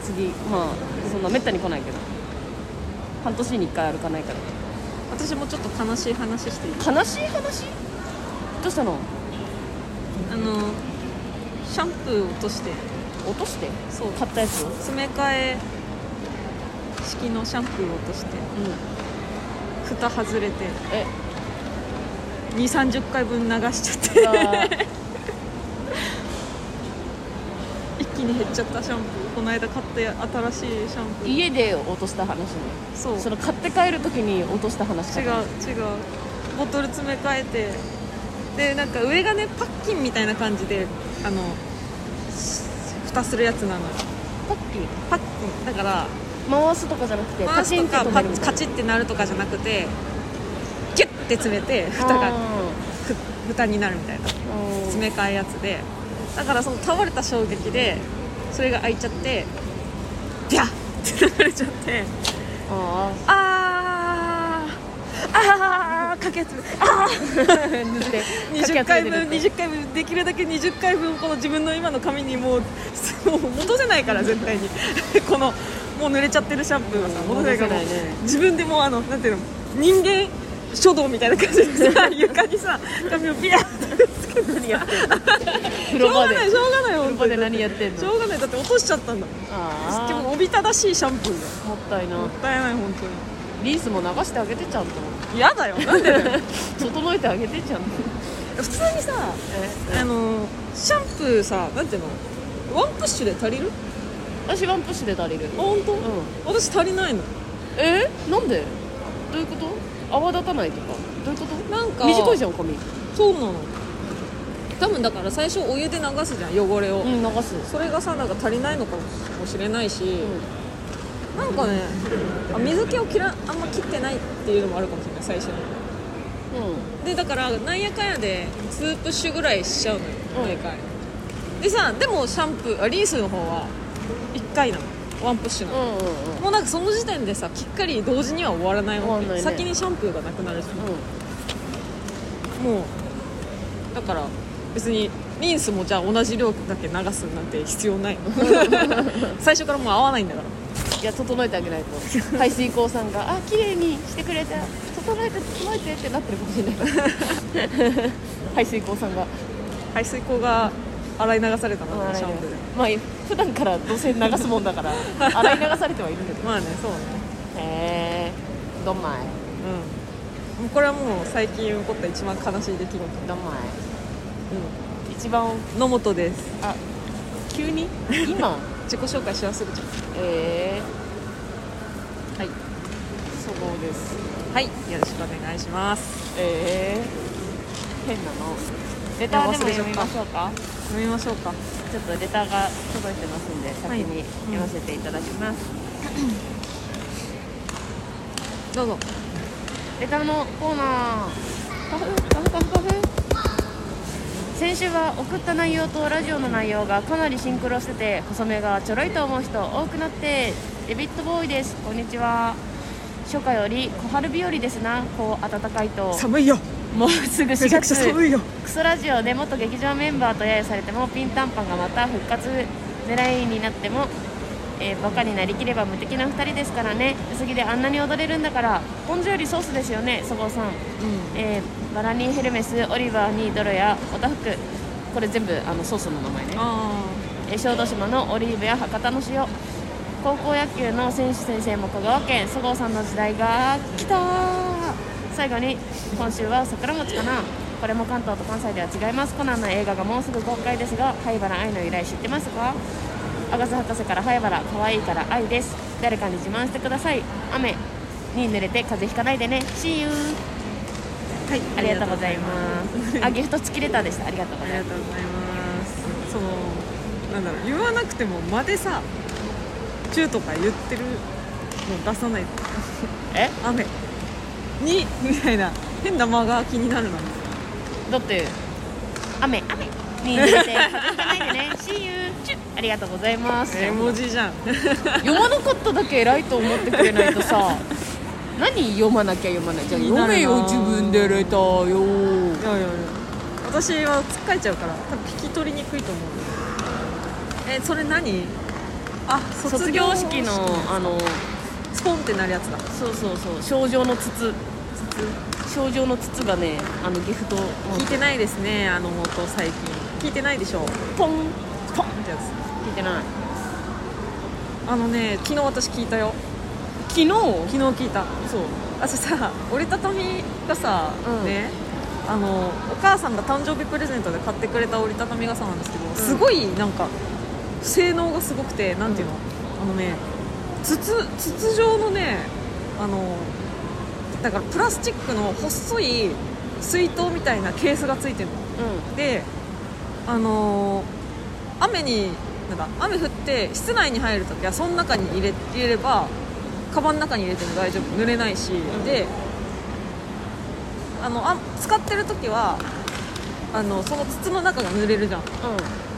S2: 次まあそんなめったに来ないけど半年に1回あるかないか
S1: ん私もちょっと悲しい話していい
S2: ら悲しい話どうしたの
S1: あのシャンプー落として
S2: 落として
S1: そう
S2: 買ったやつを
S1: 詰め替え式のシャンプーを落として
S2: うん
S1: 蓋外れて
S2: え
S1: 2三3 0回分流しちゃって [LAUGHS]
S2: [LAUGHS]
S1: 一気に減っちゃったシャンプーこの間買って新しいシャンプー
S2: 家で落とした話ね
S1: そう
S2: その買って帰る時に落とした話か
S1: 違う違うボトル詰め替えてでなんか上がねパッキンみたいな感じであのし蓋するやつなの
S2: パッキン
S1: パッキンだから
S2: 回すとかじゃなくて
S1: 回すとか
S2: パチンって止
S1: パ
S2: めるみ
S1: チ
S2: たいな
S1: カチってなるとかじゃなくてギュッて詰めて蓋
S2: あ
S1: がふ蓋になるみたいな
S2: ーうん
S1: 詰め替えやつでだからその倒れた衝撃でそれが開いちゃってビャッって流れちゃって
S2: あ [LAUGHS]
S1: あーあーかけつあー
S2: ー塗って
S1: 20回分
S2: かき集めてる
S1: 20回分できるだけ20回分この自分の今の髪にもうそう戻せないから絶対に [LAUGHS] このもう濡れちゃってるシャンプーはさ
S2: うん
S1: 戻せないからもう
S2: 戻せないね
S1: 自分でもうあのなんていうの人間書道みたいな感じでさ床にさ髪をビヤッてつけて
S2: 何やってんの風
S1: しょ
S2: 呂
S1: う
S2: 場
S1: が
S2: で
S1: ないしょうがない
S2: 風
S1: 本
S2: 呂
S1: 当
S2: 場
S1: に
S2: で何やってん
S1: しょ
S2: の
S1: うがないだって落としちゃったんだもん
S2: あ
S1: でも
S2: あ
S1: おびただしいシャンプーだよ
S2: もったい
S1: も
S2: な
S1: ったいない本当に
S2: リンスも流してあげてちゃんと
S1: 嫌だよなんでだよ
S2: 整えてあげてちゃん
S1: 普
S2: と
S1: 通にさ
S2: え
S1: あのシャンプーさなんていうのワンプッシュで足りる
S2: 私ワンプッシュで足りる
S1: あ本当、
S2: うん
S1: 私足りないの
S2: えなんでどういうこと泡立たないとかどういうこと
S1: なんか
S2: 短いじゃん髪うん
S1: そうなの多分だから最初お湯で流すじゃん汚れを、
S2: 流す
S1: それがさなんか足りないのかもしれないし、
S2: う
S1: なんかねあ水気を切らあんま切ってないっていうのもあるかもしれない最初に
S2: んうん
S1: でだからなんやかんやで2プッシュぐらいしちゃうのよ
S2: うん
S1: 毎回、でさでもシャンプーあリンスの方は1回なのワンプッシュな
S2: う
S1: の、
S2: んうんうん
S1: もうなんかその時点でさきっかり同時には終わらないわけ、
S2: 終わんないね
S1: 先にシャンプーがなくなるじゃん、もうだから別にリンスもじゃあ同じ量だけ流すなんて必要ない
S2: [LAUGHS]
S1: 最初からもう合わないんだから
S2: いや整えてあげないと [LAUGHS] 排水口さんが「あ綺麗にしてくれた整えて整えて」ってなってるかもしれない [LAUGHS] 排水口さんが
S1: 排水口が洗い流された
S2: あ
S1: の
S2: ー
S1: ね
S2: 洗い
S1: シャン
S2: 流
S1: プー
S2: す
S1: で
S2: まあ普段からどうせ流すもんだから [LAUGHS] 洗い流されてはいるけど
S1: まあねそうね
S2: へえどんまい
S1: うんもうこれはもう最近起こった一番悲しい出来事、
S2: どんまい一番
S1: うん、野本です
S2: あ急に今
S1: 自己紹介し忘れちゃっ
S2: ええ
S1: たはい、
S2: そごうです
S1: はい、よろしくお願いします
S2: ええ変なのレターでも読みましょうか
S1: 飲みましょうか
S2: ちょっとレターが届いてますんで先
S1: はい
S2: に読ませていただきます、
S1: どうぞ
S2: レターのコーナーパフパフパフパフ先週は送った内容とラジオの内容がかなりシンクロしてて細めがちょろいと思う人多くなってデビットボーイですこんにちは初夏より小春日和ですなこう暖かいと
S1: 寒いよもうすぐ4
S2: めちゃく
S1: 月
S2: ちゃ寒いよ
S1: う
S2: クソラジオで元劇場メンバーと揶揄されてもピンタンパンがまた復活狙いになっても、えーバカになりきれば無敵な2人ですからね薄着であんなに踊れるんだからポン酢よりソースですよねそごうさん、
S1: ん
S2: えーバラニーヘルメスオリバーにドロやオタフクこれ全部あのソースの名前ね
S1: あ
S2: えー小豆島のオリーブや博多の塩高校野球の選手先生も香川県そごうさんの時代が来た最後に今週は桜餅かなこれも関東と関西では違いますコナンの映画がもうすぐ公開ですが灰原愛の由来知ってますかアガス博士から灰原可愛いから愛です誰かに自慢してください雨に濡れて風邪ひかないでね See you
S1: あはい
S2: ありがとうございますあギフト付きレターでしたありがとうご
S1: あ
S2: ざ
S1: り
S2: い
S1: が
S2: ます
S1: とうございますそのなんだろう言わなくても間でさ「チュー」とか言ってるの出さない
S2: え
S1: 雨にみたいな変な間が気になるなんですよ
S2: だって雨雨に濡れて風邪ひかないでね See you チュッありがとうございます、
S1: 絵文字じゃん
S2: 読まなかっただけ偉いと思ってくれないと [LAUGHS] さ何読まなきゃ読まないじゃあ
S1: 気になるな
S2: 読めよ自分でレターよ
S1: いやいやいや私はつっかえちゃうから多分聞き取りにくいと思うえそれ何あ
S2: 卒業式のあの
S1: スポンってなるやつだ
S2: そうそうそう症状の筒症状の筒がねあのギフトを
S1: 聞いてないですねあの音最近聞いてないでしょ
S2: ポンポン
S1: ってやつ
S2: 聞いてない
S1: あのね昨日私聞いたよ
S2: 昨日
S1: 昨日聞いた
S2: そう
S1: 私さ折りたたみがさ、
S2: うん
S1: ねあのお母さんが誕生日プレゼントで買ってくれた折りたたみ傘なんですけど、すごいなんか性能がすごくてなんていうの、あのね筒筒状のねあのだからプラスチックの細い水筒みたいなケースがついてるのであのー雨になんだ雨降って室内に入るときはその中に入れ入れればカバンの中に入れても大丈夫濡れないし、
S2: ん
S1: であのあ使ってるときはあのその筒の中が濡れるじゃん
S2: う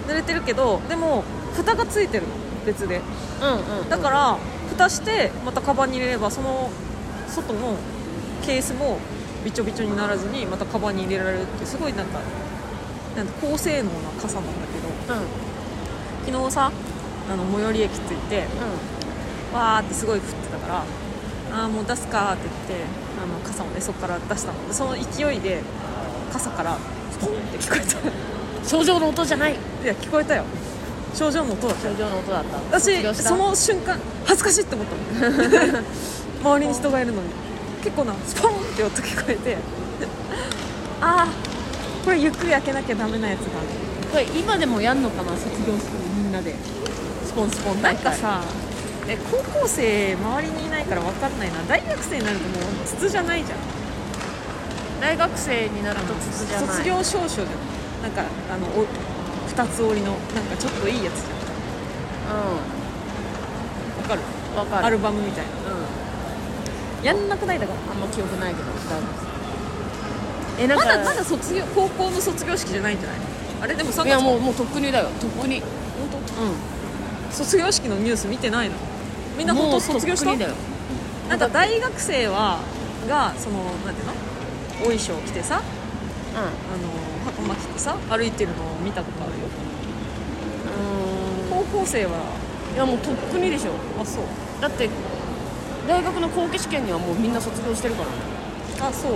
S1: 濡れてるけどでも蓋がついてるの別で
S2: んうんうんうん
S1: だから蓋してまたカバンに入れればその外のケースもびちょびちょにならずにまたカバンに入れられるっていうすごいなんかなんか高性能な傘なんだけ
S2: うんうん
S1: ど昨日さあの最寄り駅着いてわーってすごい降ってたからああもう出すかーって言ってあの傘をねそこから出したのでその勢いで傘からポンって聞こえ
S2: 症状の音じゃない
S1: たいや聞こえたよ症状の音だった
S2: 症状の音だった卒業
S1: 私
S2: した
S1: その瞬間恥ずかしいって思ったもん
S2: [LAUGHS]
S1: 周りに人がいるのに結構なスポンって音聞こえて [LAUGHS] ああこれゆっくり開けなきゃダメなやつだ
S2: これ今でもやんのかな卒業式みんなでスポンスポン
S1: な
S2: 大
S1: んか
S2: 会
S1: さえ高校生周りにいないから分かんないな大学生になるともう筒じゃないじゃん
S2: 大学生になると筒じゃない
S1: 卒業証書じゃんなんかあのお二つ折りのなんかちょっといいやつじゃん分かる
S2: うんわかる
S1: アルバムみたいな
S2: う
S1: やんなくないだから
S2: んあんま記憶ないけど大学生えなん
S1: ま
S2: か
S1: だまだ卒業高校の卒業式じゃないんじゃないあれでも3月
S2: いやもうもうとっくにだよとっくにうん
S1: 本当卒業式のニュース見てないのみんな本
S2: も
S1: 当
S2: うとっ
S1: 卒
S2: く
S1: 業した
S2: にだよ
S1: なんか大学生はがそのなんていうのお衣装着てさあの袴着てさ歩いてるのを見たことあるよ
S2: うんう
S1: 高校生は
S2: ーんいやもうとっくにでしょ
S1: あそう
S2: だって大学の後期試験にはもうみんな卒業してるからね
S1: あそう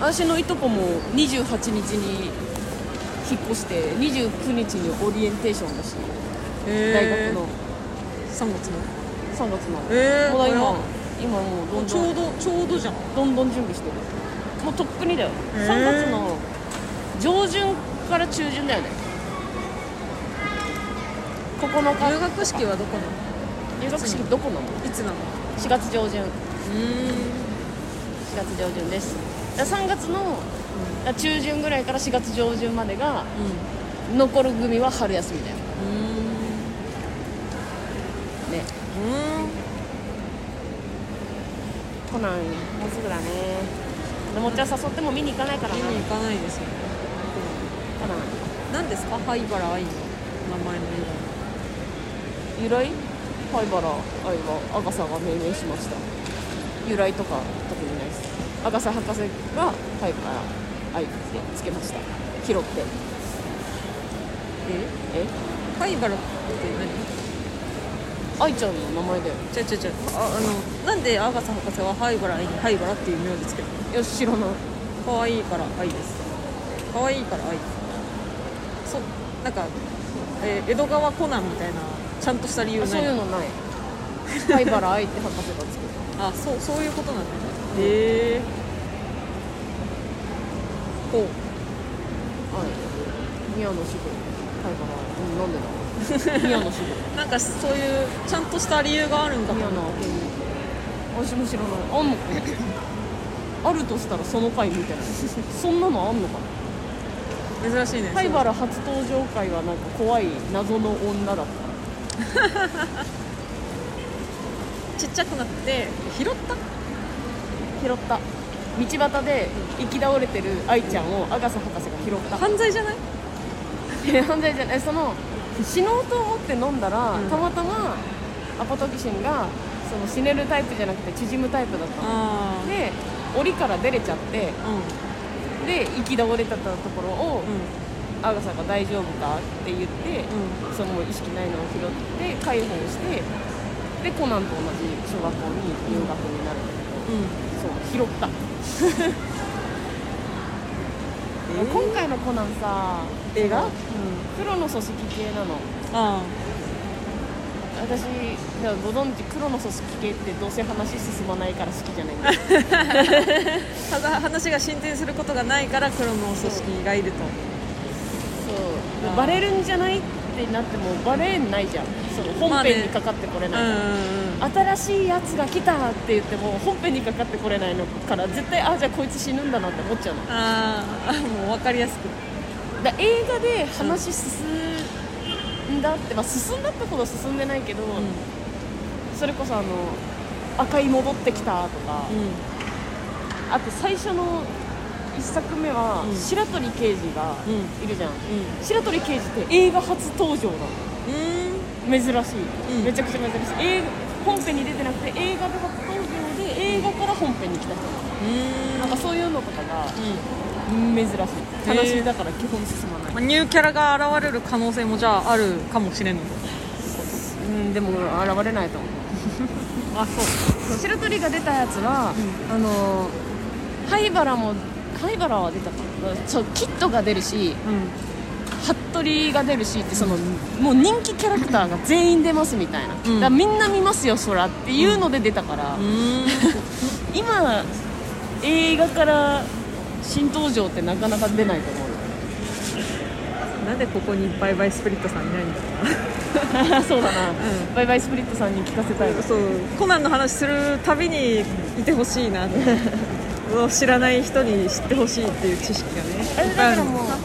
S2: 私のいとこも28日に引っ越して29日にオリエンテーションだし大学の
S1: 3月の
S2: 3月の
S1: えー
S2: まだ今
S1: 早っ
S2: 今もうどん
S1: ち
S2: ど
S1: ょ
S2: ん
S1: うどちょうどじゃん
S2: どんどん準備してるもうとっくにだよ、
S1: へー
S2: 3月の上旬から中旬だよね9日
S1: 入学式はどこなの
S2: 入学式どこなの
S1: いつなの
S2: 4月上旬4
S1: う
S2: 月上旬ですだから3月のだから中旬ぐらいから4月上旬までが残る組は春休みだよ
S1: ん
S2: ね
S1: うんうん
S2: コナンもうすぐだねでもちゃん誘っても見に行かないから
S1: 見
S2: な
S1: に行かないですよね
S2: コナン
S1: 何ですか灰原愛の名前の由来
S2: 由来灰原愛が赤さが命名しました由来とか特にないです赤瀬博士がタイから「愛」ってつけました拾って
S1: え
S2: え
S1: 貝原って何
S2: 愛ちゃんの名前だよ
S1: ちゃちゃちゃああのなんでアガサ博士は灰原愛に灰原っていう名字つけたの
S2: いや知らない
S1: 可愛いから愛です可愛いから愛そうなんか、えー江戸川コナンみたいなちゃんとした理由
S2: あ
S1: ない
S2: そういうのない灰原愛って博士がつけた
S1: あそうそういうことなんだねへえこう
S2: 愛宮野志保灰原愛うんなん [LAUGHS] でだろう宮野志
S1: なんかそういうちゃんとした理由があるん
S2: 保
S1: かも
S2: 宮野明美私も知らないあんのか [LAUGHS] なあるとしたらその回みたいなそんなのあんのかな
S1: 珍しいね
S2: 灰原初登場回はなんか怖い謎の女だった
S1: ちっちゃくなって拾った
S2: 拾った道端で行き倒れてる愛ちゃんをアガサ博士が拾った
S1: 犯罪じゃない
S2: え犯罪じゃないその死のうと思って飲んだら、
S1: うん
S2: たまたまアパトキシンがその死ねるタイプじゃなくて縮むタイプだったの
S1: ああ
S2: で檻から出れちゃって
S1: う
S2: で行き倒れてたところを、
S1: んうん
S2: アガサが「大丈夫か?」って言って、
S1: う
S2: そのもう意識ないのを拾って解放してでコナンと同じ小学校に入学になるんだ
S1: う
S2: け
S1: ん
S2: ど、そう
S1: [LAUGHS]
S2: 拾った、今回のコナンさ
S1: 映画
S2: うん黒の組織系なの
S1: あ
S2: 私でもご存知黒の組織系ってどうせ話進まないから好きじゃない
S1: [LAUGHS]
S2: んだ
S1: あただ話が進展することがないから黒の組織がいると
S2: そうバレるんじゃないってなってもバレないじゃんその
S1: まあ
S2: 本
S1: ね
S2: 編にかかってこれ
S1: うん
S2: な
S1: う
S2: い、
S1: んうん
S2: 新しいやつが来たって言っても本編にかかってこれないのから絶対あじゃあこいつ死ぬんだなって思っちゃうの
S1: ああもう分かりやすく
S2: だ映画で話進んだって、まあ、進んだってほど進んでないけど、
S1: うん
S2: それこそあの赤い戻ってきたとか、あと最初の1作目は、
S1: うん
S2: 白鳥刑事がいるじゃん、
S1: うん
S2: 白鳥刑事って映画初登場なの
S1: うんうん
S2: 珍しい、
S1: うん
S2: めちゃくちゃ珍しい映画本編に出てなくて映画で初登場で映画から本編に来た人
S1: うん
S2: なんかそういうのとかが
S1: う
S2: 珍しい
S1: へー
S2: 話だから基本進まない、
S1: んまあニューキャラが現れる可能性もじゃああるかもしれんの
S2: うんでも現れないと思う
S1: あそう
S2: 白鳥が出たやつは、あの灰原も灰原は出たかなそうキッドが出るし
S1: うん
S2: 服部が出るしってそのもう人気キャラクターが全員出ますみたいな、
S1: うん
S2: だからみんな見ますよそらっていうので出たから、
S1: うん
S2: 今映画から新登場ってなかなか出ないと思うよ [LAUGHS]
S1: なんでここにバイバイスプリットさんいないんだろ
S2: そうだな、
S1: う
S2: バイバイスプリットさんに聞かせたいわ
S1: そうコナンの話するたびにいてほしいなって知らない人に知ってほしいっていう知識がね
S2: あれだからもう
S1: いっぱい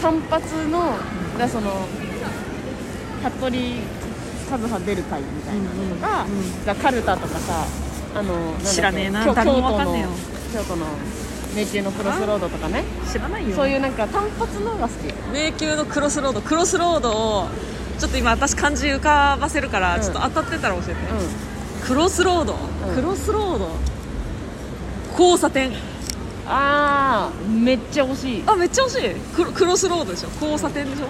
S2: 単発のだからその服部和葉出る会みたいなのとか,、
S1: うんうん
S2: がカルタとかさあのなんだっけ
S1: 知らねえな
S2: 京
S1: 誰もわ
S2: 京
S1: かん
S2: 都
S1: ねえよ
S2: の京都の迷宮のクロスロードとかね
S1: ある知らないよ
S2: そういうなんか単発のが好き
S1: 迷宮のクロスロードクロスロードをちょっと今私漢字浮かばせるから、
S2: うん
S1: ちょっと当たってたら教えて、
S2: う
S1: クロスロード、
S2: ん
S1: クロスロード交差点
S2: んああめっちゃ惜しい
S1: あめっちゃ惜しいクロクロスロードでしょ交差点でしょ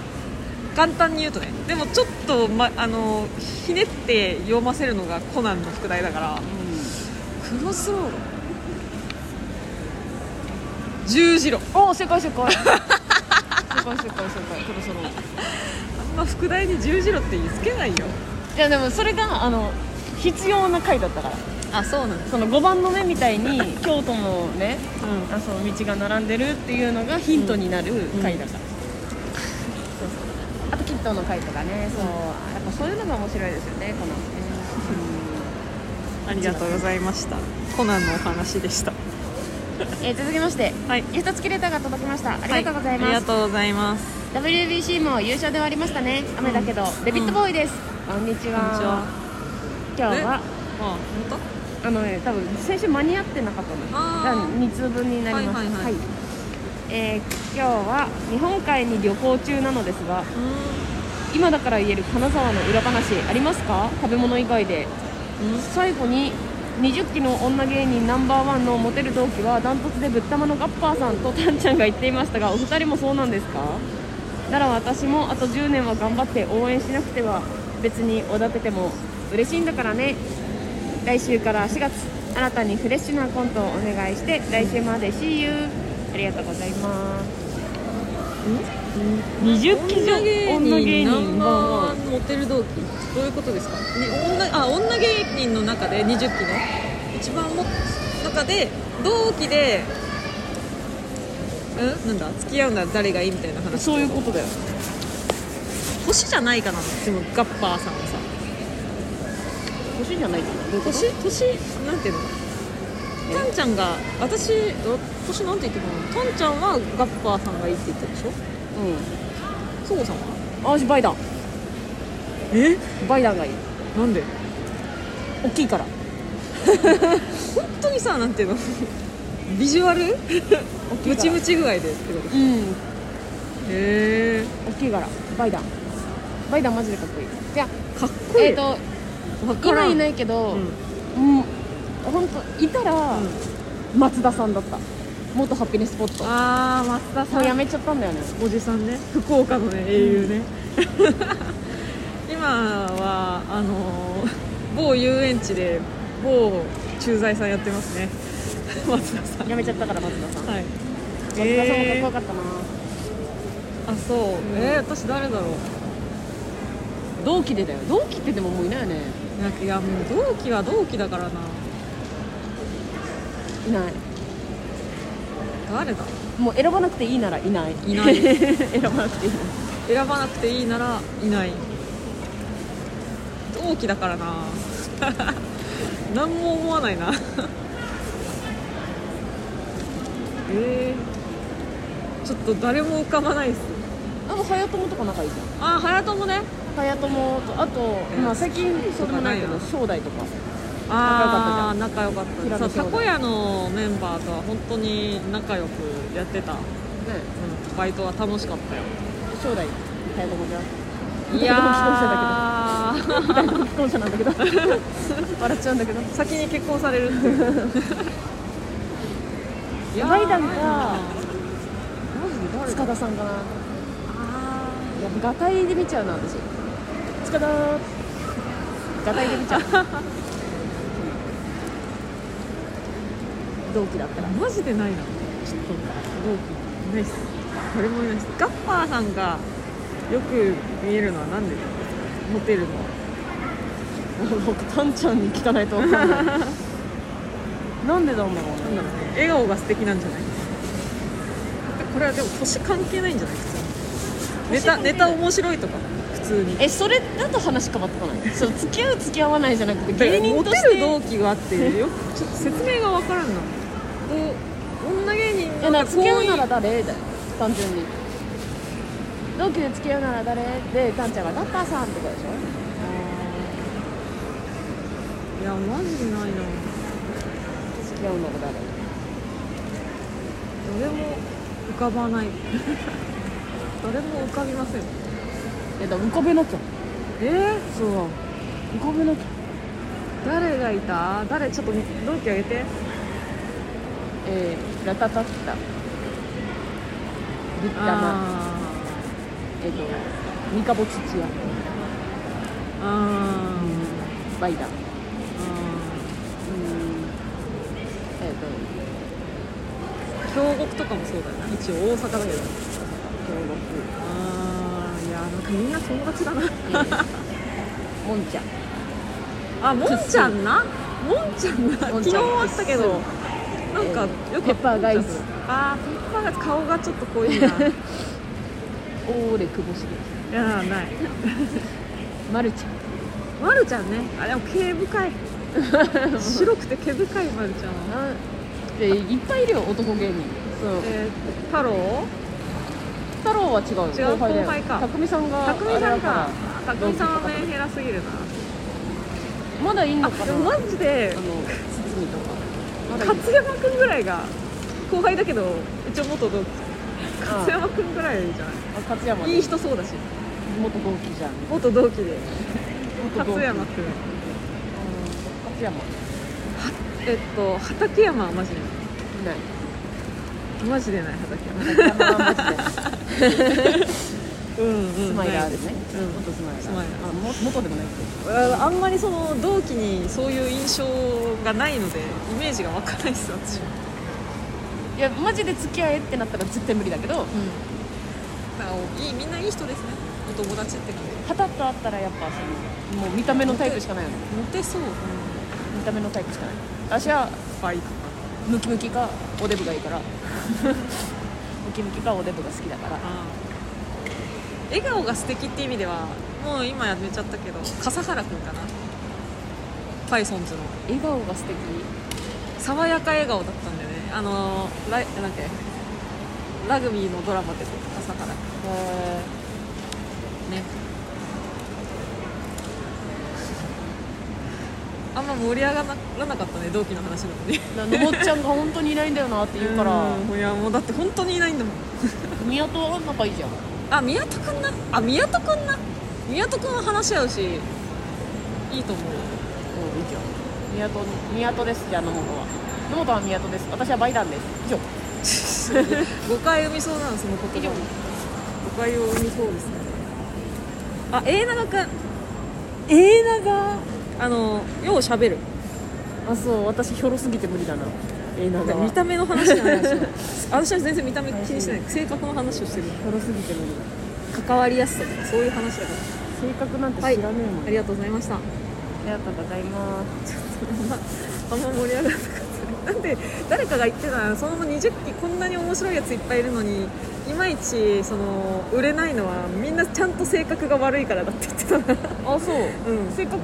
S1: 簡単に言うとねでもちょっと、ま、あのひねって読ませるのがコナンの宿題だからクロスロード十字路
S2: おお世界世 [LAUGHS] 界世界世界世界クロスロード
S1: あんま副題に十字路ってつけないよ
S2: いやでもそれがあの必要な回だったから
S1: あそうなんで
S2: その5番の目みたいに京都のね
S1: うん
S2: あその道が並んでるっていうのがヒントになる回だから、そうそうあとキットの回とかねそうやっぱそういうのが面白いですよねこの
S1: ありがとうございました。コナンのお話でした。
S2: えー続きまして
S1: はい。
S2: ギフト付きレターが届きましたあ
S1: あ
S2: りがとうござい
S1: あり
S2: ま
S1: が
S2: す、
S1: とうございます。
S2: WBC も優勝で終わりましたね雨だけど、デビッドボーイです、こんにち
S1: こんにちは
S2: は。今日は
S1: あ、本当？
S2: あのね多分先週間に合ってなかったの
S1: あー
S2: だから2通分になります
S1: はいはいはい
S2: えー今日は日本海に旅行中なのですが今だから言える金沢の裏話ありますか食べ物以外で
S1: うん。
S2: 最後に20期の女芸人ナンバーワンのモテる同期はダントツでぶったまのガッパーさんとタンちゃんが言っていましたがお二人もそうなんですかなら私もあと10年は頑張って応援しなくては別におだてても嬉しいんだからね来週から4月新たにフレッシュなコントをお願いして来週まで See you ありがとうございます20期女女芸
S1: ナ
S2: 人
S1: ンバー
S2: も
S1: ワンモテる同期どういうことですか、ね、女あ女芸人の中で20期の一番も中で同期でうんなんだ付き合うなら誰がいいみたいな話
S2: そういうことだよ
S1: 星じゃないかなでもガッパーさんはさ
S2: 年じゃないかなどういうこと
S1: 年年なんていうの
S2: え
S1: タンちゃんが私私なんて言ってたのタンちゃんはガッパーさんがいいって言ったでしょ
S2: う
S1: そごさんは
S2: んあ私バイダン
S1: え
S2: バイダンがいい
S1: なんで
S2: 大きいから
S1: 本当にさなんていうの [LAUGHS] ビジュアル
S2: 大きい
S1: ム
S2: か
S1: チ
S2: ら
S1: ムチ具合でってこと
S2: うん
S1: へえ
S2: 大きいからバイダンバイダンマジでかっこいいじゃ
S1: かっ
S2: あ
S1: こいい
S2: えっ、と
S1: 分から
S2: 今
S1: ん
S2: いないけど、
S1: う
S2: うんん本当いたら、松田さんだった元ハッピネスポット
S1: ああ松田
S2: もう
S1: さ
S2: や
S1: ん
S2: めちゃったんだよね
S1: おじさんね福岡のね英雄ね、 [LAUGHS] 今はあのー某遊園地で某駐在さんやってますね [LAUGHS] 松田さん
S2: やめちゃったから松田さん、
S1: はい
S2: 松田さんもかっこよかった
S1: あ
S2: な、
S1: そう、えー、私誰だろう
S2: 同期でだよ同期ってでももういないよね
S1: なんかいやもう同期は同期だからない
S2: ない
S1: 誰だ
S2: もう選ばなくていいならいない
S1: いない
S2: [LAUGHS] 選ばなくていい
S1: 選ばなくていいならいない同期だからな [LAUGHS] 何も思わないな [LAUGHS] えー、ちょっと誰も浮かばないっす
S2: あと早友とか仲いいじゃん
S1: あ早友ね
S2: 早友とあと、
S1: ん
S2: まあ、最近そうでもないけ
S1: そう
S2: ど
S1: か
S2: 正代とか
S1: ああ仲良かった
S2: 平
S1: そ
S2: 野
S1: う
S2: 翔太
S1: たこ屋のメンバーとは本当に仲良くやってた、うん
S2: ね
S1: バイトは楽しかったよ
S2: 将来早友じゃん
S1: いやー
S2: 大学既婚者なんだけ [LAUGHS] ど笑っちゃうんだけど
S1: [LAUGHS] 先に結婚されるっていういやー
S2: [LAUGHS] バイダンか
S1: マジで誰だ
S2: 塚田さんかな
S1: あ
S2: いやガタイで見ちゃうな私塚田ガタイで見ちゃう同期だったら
S1: ーマジでないなちょっと同期いないっす誰もいないっすガッパーさんがよく見えるのは何でモテるの
S2: 僕タンちゃんに聞かないと分かんないなんでなんだろ
S1: なんだろ
S2: うね
S1: うね笑顔が素敵なんじゃないこれはでも年関係ないんじゃない普通にネ
S2: 年
S1: タ
S2: 関係ない
S1: ネタ面白いとか普通に
S2: えそれだと話変わってこないそう付き合う付き合わないじゃなくて芸
S1: 芸人
S2: 人と
S1: と
S2: し
S1: してて同期があってよちょっと説明が分からんなこう女芸人
S2: いやなんか付き合うな
S1: ら
S2: ら誰だよ単純に同期で付き合うなら誰でタンちゃんがガッターさんってことでしょ
S1: いやマジでないな
S2: 付き合うなら誰
S1: 誰も浮かばない [LAUGHS] 誰も浮かびません
S2: えだから浮かべなきゃ
S1: えー、
S2: そう浮かべなきゃ
S1: 誰がいた誰ちょっと同期あげて
S2: えー、ラタタッタビッタマ
S1: あ
S2: えっ、とミカボチチア
S1: ーあ
S2: バイダン
S1: ー
S2: う
S1: あ
S2: ー
S1: ー
S2: んえっ、と
S1: 京極とかもそうだよな一応大阪だけど
S2: 京極
S1: ああいやなんかみんな友達だな
S2: モンちゃ
S1: [LAUGHS]
S2: ん
S1: あもんちゃんなもんちゃんな昨
S2: もん
S1: 日
S2: ちゃん
S1: あったけどなんかよく
S2: ペッパーガイズ
S1: あーペッパーガイズ顔がちょっと濃い
S2: [LAUGHS]
S1: ない
S2: オーレ久保茂
S1: やない
S2: マルちゃん
S1: まるちゃんねあでも毛深い白くて毛深いまるちゃんは
S2: なでいっぱいいるよ男芸人そう
S1: えー、太郎
S2: 太郎は違うよ
S1: 違う
S2: 後輩だよ
S1: 後輩か
S2: 匠さんが
S1: 匠さ
S2: あれ
S1: ん
S2: だ
S1: から匠さんは目減らすぎるな
S2: まだいんの
S1: あ
S2: か
S1: で
S2: な
S1: も
S2: あの
S1: マジで
S2: 堤とかまだいんの
S1: 勝山くんぐらいが後輩だけど一応元同期
S2: あ
S1: 勝山くんぐらいじゃな
S2: あ勝山
S1: いいい人そうだし
S2: 元同期じゃん
S1: 元同期で
S2: 元同期
S1: 勝山くん
S2: 勝山
S1: 勝えっと畠山はマジで [LAUGHS]
S2: ない
S1: ないマジでない畠山
S2: 頭はマジで
S1: うん
S2: スマイラーですね
S1: うん
S2: 元スマイラー
S1: スマイラー
S2: あも元でもないけど
S1: あんまりその同期にそういう印象がないのでイメージが湧かないです私は、
S2: いやマジで付き合えってなったら絶対無理だけど
S1: だからいいみんないい人ですねお友達って感じ
S2: 旗とあったらやっぱそのもう見た目のタイプしかないよね
S1: モテそう、
S2: 見た目のタイプしかない私は
S1: ファイ
S2: ムキムキかおデブがいいから [LAUGHS] ムキムキかおデブが好きだから
S1: 笑顔が素敵って意味ではもう今やめちゃったけど笠原君かなパイソンズの
S2: 笑顔が素敵
S1: 爽やか笑顔だったんだよねあのラなんだっけラグビーのドラマで笠原君
S2: へ
S1: ねあんま盛り上がらなかったね同期の話なのに
S2: ーなのぼっちゃんが本当にいないんだよなって [LAUGHS] 言うから
S1: うんいやもうだって本当にいないんだもん
S2: 宮戸は仲いいじゃん
S1: あ宮戸くんなあ宮戸くんな宮戸くんは話し合うしいいと思うよ
S2: うん、以上宮戸宮戸ですじゃあ野本は野本は宮戸です私はバイダンです以上
S1: 誤解を生みそうなのその言葉
S2: 以上
S1: 誤解を生みそうですねあ永永くん永永あのよう喋る
S2: あそう私ひょろすぎて無理だなえー、なんか
S1: 見た目の話じゃない私
S2: [LAUGHS]
S1: は私は全然見た目気にしてない性格の話をしてる
S2: ひょろすぎて無理だ
S1: 関わりやすさとかそういう話だか
S2: 性格なんて知
S1: はい
S2: らねえもん、
S1: らありがとうございましたあ
S2: ありがとうございます
S1: んまあんま盛り上がらなかったなんで誰かが言ってたそのまま20期こんなに面白いやついっぱいいるのにいまいちその売れないのはみんなちゃんと性格が悪いからだって言ってたな
S2: あそう、
S1: うん
S2: 性格、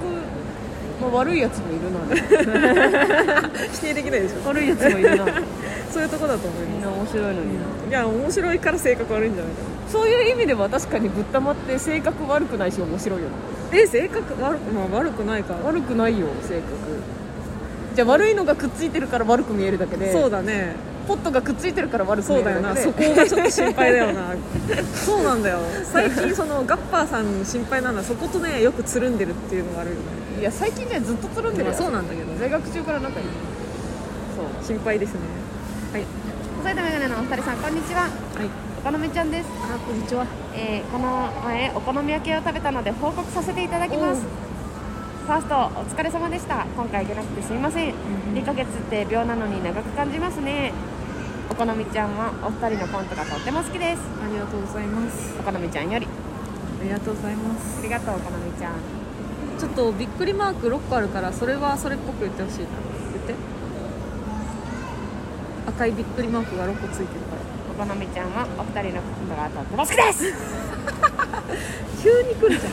S2: まあ、悪いやつもいるな
S1: 否定できないでしょ
S2: [LAUGHS] 悪いやつもいるな
S1: そういうとこだと思い
S2: みん
S1: ま
S2: な面白いのにな、
S1: すいや面白いから性格悪いんじゃないかな
S2: そういう意味では確かにぶったまって性格悪くないし面白いよな
S1: え性格悪く,、まあ、悪くないから
S2: 悪くないよ性格じゃあ悪いのがくっついてるから悪く見えるだけで
S1: そうだね
S2: ポットがくっついてるから悪く見
S1: そ
S2: え
S1: う
S2: る
S1: だ
S2: だけ
S1: よ
S2: で
S1: な、そこがちょっと心配だよな [LAUGHS] そうなんだよ最近そのガッパーさん心配なのはそことねよくつるんでるっていうのがあるよね
S2: いや最近じゃずっとつるんで
S1: ま
S2: る
S1: あ
S2: よ
S1: そうなんだけど
S2: 在学中から仲いいそう
S1: 心配ですねはい
S3: 細いとメガネのお二人さんこんにちは
S1: はい
S3: お好みちゃんです、
S1: あこんにちは
S3: えーこの前お好み焼きを食べたので報告させていただきます
S1: おう
S3: ファーストお疲れ様でした今回行けなくてすいません、2ヶ月って秒なのに長く感じますねお好みちゃんはお二人のコントがとっても好きです
S1: ありがとうございます
S3: お好みちゃんより
S1: ありがとうございます
S3: ありがとうお好みちゃん
S1: ちょっとびっくりマーク6個あるからそれはそれっぽく言ってほしいな言って赤いびっくりマークが6個ついてるから
S3: お好みちゃんはお二人のコントがとっても好きです
S1: [LAUGHS] 急に来るじゃん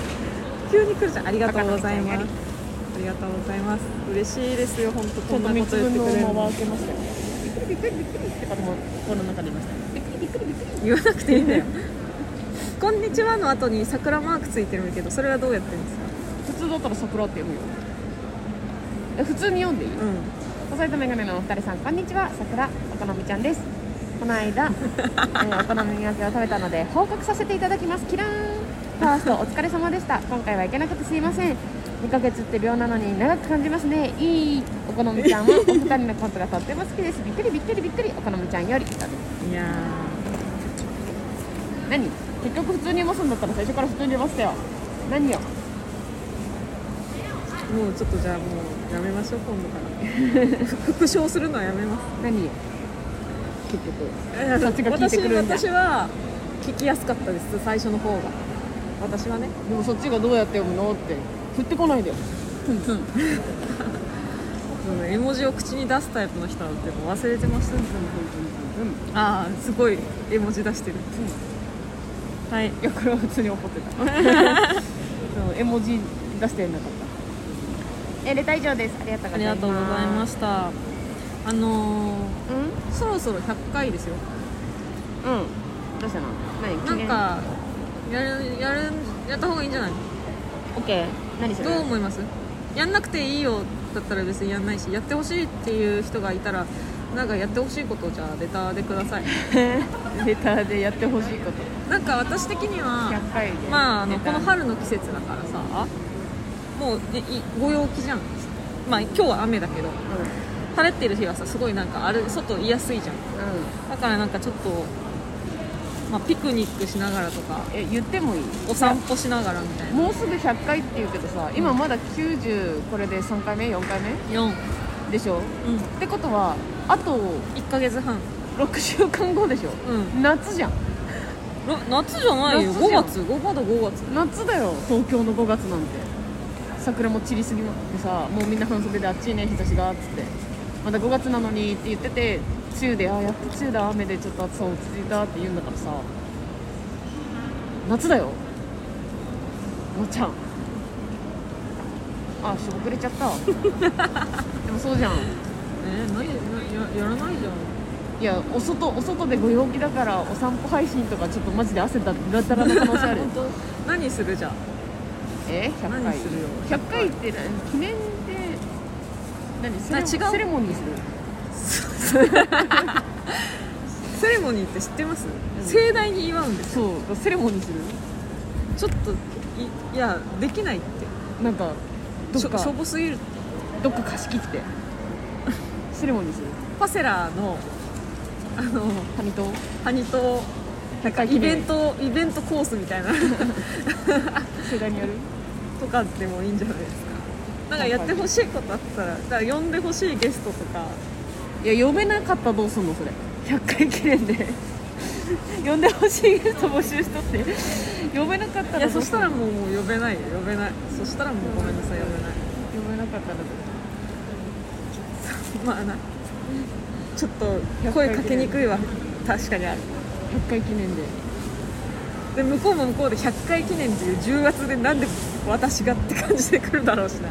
S1: 急に来るじゃんありがとうござい
S3: 赤
S1: ます
S3: の
S1: ありがとうございます嬉しいですよ本当
S2: ちょ
S1: こ
S2: っ
S1: ん
S2: と
S1: な
S2: 三
S1: こ
S2: つ
S1: と言っ
S2: 分
S1: て
S2: の
S1: くれる
S2: 間
S1: の
S2: は開けましたよってかともこの中でいましたね
S1: 言わなくていいんだよ「こんにちは」の後に桜マークついてるけどそれはどうやってるんですか
S2: 普通だったら桜って読むよえ普通に読んでいい
S1: うん
S3: 細いとメガネのお二人さんこんにちはさくらお好みちゃんですこの
S2: [LAUGHS]
S3: 間、えーお好み焼きを食べたので報告させていただきますキラーンファーストお疲れ様でした今回は行けなくてすいません2ヶ月って秒なのに長く感じますねいいお好みちゃんは
S2: [LAUGHS]
S3: お二人のコントがとっても好きですびっくりびっくりびっくりお好みちゃんより
S1: いや
S2: 何結局普通に読ますんだったら最初から普通に読ませてよ
S3: 何よ
S1: ーもうちょっとじゃあもうやめましょう今度から [LAUGHS] 復唱するのはやめます
S2: 何よ結局そっちが聞いて
S1: 私
S2: くるんだ
S1: 私は聞きやすかったです最初の方が私はね
S2: でもそっちがどうやって読むのって振ってこないでよ
S1: うん絵文字を口に出すタイプの人だってもう忘れてましたああすごい絵文字出してる、はい
S2: いやこれは普通に怒
S3: [LAUGHS]
S2: ってたうん絵文字出してなかった
S3: えーレタ以上ですありがとう
S1: あ
S3: ござ
S1: り
S3: います
S1: がとうございましたあの
S3: うん
S1: ー、そろそろ100回ですよ
S2: うんどうしたの
S3: 何記
S1: なん
S3: 念
S1: かやるやるやった方がいいんじゃない
S3: オッケー何する
S1: どう思いますやんなくていいよだったら別にやんないしやってほしいっていう人がいたらなんかやってほしいことをじゃあレターでくだ
S2: [LAUGHS]
S1: さい
S2: レターでやってほしいこと
S1: なんか私的には
S2: 100回で
S1: まあ、あの
S2: レ
S1: こ
S2: ター
S1: の春の季節だからさもう、ね、いご陽気じゃんまあ今日は雨だけど
S2: う
S1: 晴れてる日はさすごいなんかあれ外いやすいじゃんだからなんかちょっと、まあ、ピクニックしながらとか
S2: え言ってもいい
S1: お散歩しながらみたいな
S2: もうすぐ100回って言うけどさ今まだ90これで3回目4回目
S1: 4
S2: でしょ
S1: うん
S2: ってことはあと
S1: 1ヶ月半
S2: 6週間後でしょ
S1: うん
S2: 夏じゃん
S1: ろ夏じゃないよ
S2: 夏じゃん
S1: 5月5まだ5月
S2: 夏だよ東京の5月なんて桜も散りすぎまってさもうみんな半袖であっちいね日差しがっつってまだ5月なのにって言ってて梅雨であやっと梅雨だ雨でちょっと暑さ落ち着いたって言うんだからさ夏だよのちゃんあしょぼくれちゃった
S1: [LAUGHS]
S2: でもそうじゃん
S1: えー、ないややらないじゃん
S2: いやお外お外でご陽気だからお散歩配信とかちょっとマジで汗だったらの可能性あるよ
S1: [LAUGHS] 本当何するじゃん
S2: え100
S1: 何
S2: 回
S1: するよ
S2: 100回ってな記念で何セレ
S1: あ違う
S2: セレモニーする
S1: セレモニーって知ってます、盛大に祝うんですよ
S2: そうセレモニーする
S1: ちょっといいやできないって
S2: なんかどっ
S1: しょしょ
S2: か
S1: ぼすぎる
S2: どっか貸し切ってセレモニーする
S1: パセラのあの
S2: 谷と
S1: ハニと
S2: 100回記
S1: イ
S2: 念
S1: ベントイベントコースみたいな
S2: 盛大にやる
S1: とかでもいいんじゃないですかなんかやってほしいことあったらだから呼んでほしいゲストとか
S2: いや呼べなかったらどうすんのそれ100回記念で [LAUGHS] 呼んでほしいゲスト募集しとって呼べなかったら
S1: い
S2: ど
S1: や
S2: うすん
S1: そ
S2: の
S1: したらもうもう呼べないよ呼べないそしたらもうごめんなさい呼べない
S2: 呼べなかったらどう
S1: まあなちょっと声かけにくいわ確かにある
S2: 100回記念で
S1: で向こうも向こうで100回記念っていう重圧でなんで私がって感じで来るだろうしな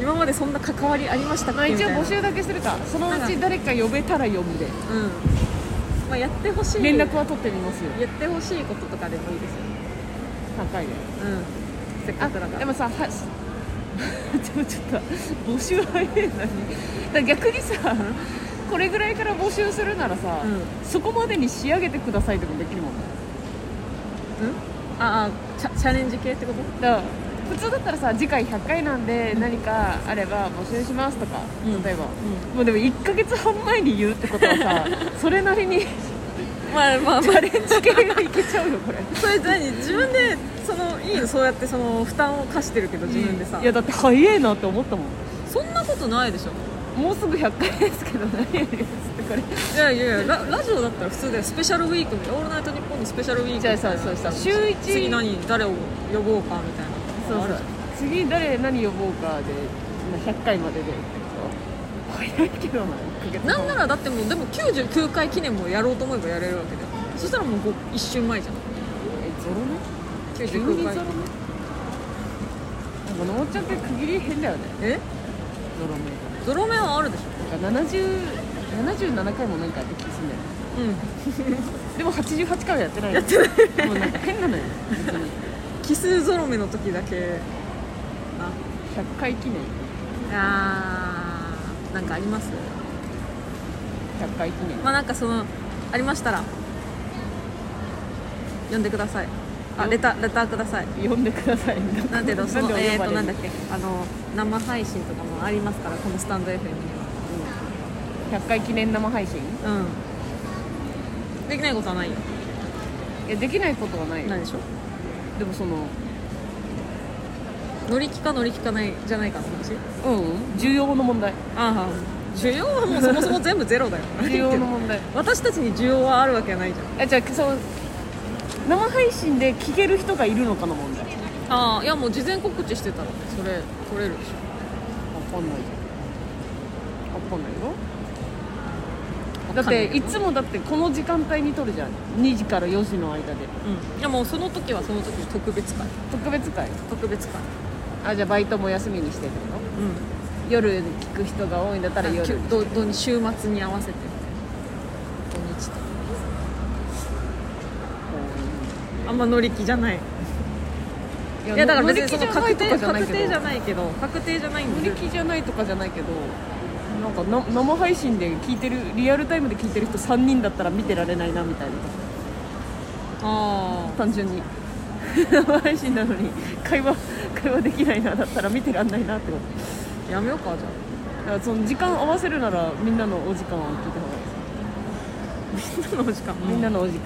S1: 今までそんな関わりありましたっ
S2: まあ
S1: けみ
S2: 一
S1: た
S2: 応
S1: いな
S2: 募集だけするかそのうち誰か呼べたら呼ぶで
S1: うんまあやってほしい
S2: 連絡は取ってみますよ
S1: やってほしいこととかでもいいですよ
S2: 100回
S1: う
S2: で
S1: んせっ
S2: あ
S1: かくだから
S2: でもさは [LAUGHS] ちょちょっと募集早いなだから逆にさこれぐらいから募集するならさ、
S1: うん
S2: そこまでに仕上げてくださいとかできるもんね
S1: うんああチャチャレンジ系ってこと
S2: だから普通だったらさ次回100回なんで何かあれば募集しますとか、
S1: うん
S2: 例えば、もうでも1ヶ月半前に言うってことは [LAUGHS] さそれなりに
S1: まあまあまあ
S2: チャレンジ系がいけちゃうよこれ
S1: [LAUGHS] それ何自分でそのいいのそうやってその負担を課してるけど自分でさ、
S2: いやだって早えなって思ったもん
S1: そんなことないでしょ
S2: もうすぐ100回ですけど何やりますってこれ
S1: いやいやいやララジオだったら普通だよスペシャルウィークみたいな「オールナイトニッポン」のスペシャルウィークみたいな
S2: じゃあそうそうそう週一
S1: 次何誰を呼ぼうかみたいな
S2: そう
S1: あ
S2: そ
S1: る
S2: う
S1: じ
S2: 次誰何呼ぼうかでまあ100回まででってこと早いけどな1ヶ月
S1: ゃんなんならだってもうでも99回記念もやろうと思えばやれるわけだよそしたらもうご一瞬前じゃん
S2: えゾロ目急に
S1: 99回
S2: ゾロ目なんかのもっちゃんって区切り変だよね
S1: え
S2: ゾロ
S1: ゾロ目はあるでしょ
S2: 目なんか70 77回もなんかやってきてすんだよね
S1: うん
S2: でも88回はやってないやってないもうなんか変なのよ別に
S1: 奇数ゾロ目の時だけあ
S2: 100回記念
S1: あーなんかあります
S2: 100回記念
S1: まあなんかそのありましたら呼んでくださいあレターレターください
S2: 呼んでください
S1: なんていうのその
S2: なんで
S1: え
S2: 呼
S1: ー
S2: ば
S1: と
S2: れ
S1: なん
S2: る
S1: だっけあの生配信とかもありますからこのスタンド FM に
S2: 100回記念生配信
S1: はうんできないことはないよ
S2: いやできないことはないよ
S1: ないでしょ
S2: でもその
S1: 乗り気か乗り気かないじゃないかの話
S2: うん需要の問題
S1: ああ需要はもうそもそも全部ゼロだよ [LAUGHS]
S2: 需要の問題
S1: 私たちに需要はあるわけないじゃん
S2: えじゃあそう生配信で聞ける人がいるのかの問題わ
S1: ああいやもう事前告知してたらそれ取れるでしょ
S2: かんないわかんないよ
S1: わ
S2: だ
S1: か
S2: っ
S1: んな
S2: て
S1: いけ
S2: い
S1: ど
S2: つもだってこの時間帯に撮るじゃん2時から4時の間で
S1: うんいやもうその時はその時の特別会
S2: 特別会
S1: 特別会
S2: あじゃあバイトも休みにしてってこと
S1: うん
S2: 夜聞く人が多いんだったら
S1: あ
S2: 夜
S1: きゅどど週末に合わせてみたいな土日とあんま乗り気じゃない
S2: い
S1: いやだから別にその
S2: 乗り
S1: 確
S2: 気
S1: 定
S2: じゃない
S1: 確
S2: とかじ
S1: 定
S2: ゃ
S1: じ
S2: な
S1: ゃ
S2: い
S1: ないけど確定じゃないん
S2: けど乗
S1: で
S2: り気じゃないとかじゃないけどなんかな生配信で聞いてるリアルタイムで聞いてる人3人だったら見てられないなみたいな
S1: あ
S2: 単純に [LAUGHS] 生配信なのに会話会話できないなだったら見てらんないなってこ
S1: あやめようかじゃあ
S2: とだからその時間合わせるならみんなのお時間を聞いた方がいいです
S1: みんなのお時間
S2: みんなのお時間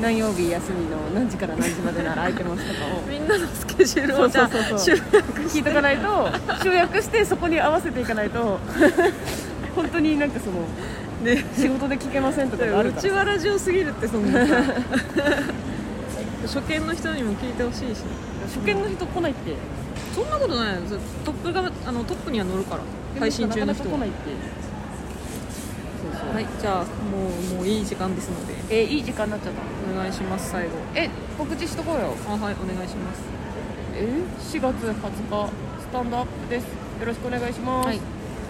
S2: 何曜日休みの何時から何時までなら空いてますとかを
S1: みんなのスケジュールをじゃあ
S2: [LAUGHS] そうそうそ
S1: 集
S2: うそう
S1: 約
S2: 聞いとかないと集約してそこに合わせていかない [LAUGHS] と本当になんかその
S1: [LAUGHS] ね
S2: 仕事で聞けませんとかがあ
S1: う
S2: るか
S1: ち
S2: ら
S1: はラジオすぎるってそん [LAUGHS] な初見の人にも聞いてほしいし
S2: 初見の人来ないって
S1: そんなことないよトップがあのトップには乗るから配信中の人
S2: なか
S1: は
S2: なか来ないってそうそう、
S1: はいじゃあもうもういい時間ですので
S2: えーいい時間になっちゃった
S1: お願いします最後
S2: え告知しとこうよ
S1: あはいお願いします
S2: え4月20日スタンドアップですよろしくお願いします、
S1: はい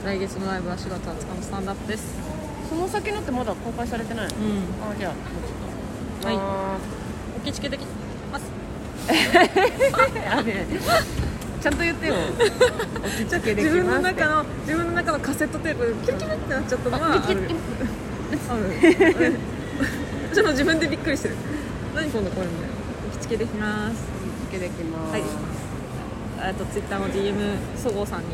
S1: 来月のライブは4月20日のスタンドアップです
S2: その先のってまだ公開されてない、
S1: うん
S2: あじゃあもうちょっと
S1: はい
S2: あ
S1: お気付けできます
S2: ーあ [LAUGHS] ねちゃんと言ってよお気付けでき
S1: 自分の
S2: ます
S1: 中の自分の中のカセットテープキュルキュルってなっちゃったのはある
S2: あビキッ
S1: あるあれちょっと自分でびっくりしてる何今度これみたいなお気付けできます
S2: お気付けできます、
S1: はいえっとツイッターの DM そごうさんに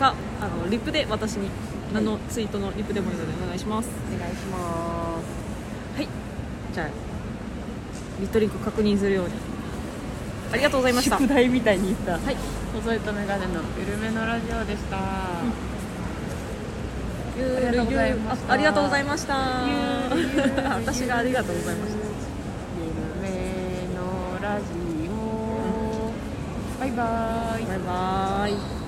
S1: かあのリプで私に何のツイートのリプでもいいのでお願いします
S2: お願いしま
S1: はいじゃあリットリンク確認するようにありがとうございますした
S2: 宿題みたいに言った
S1: はい
S2: 細いとメガネの緩めのラジオでした、
S1: ゆる
S2: [LAUGHS] ありがとうご
S1: あありがとうござ
S2: ざいました
S1: いました
S2: ゆるゆるゆる
S1: [LAUGHS] 私がありがとうございま [LAUGHS] した
S2: 緩めのラジオバイバイ
S1: バイバーイ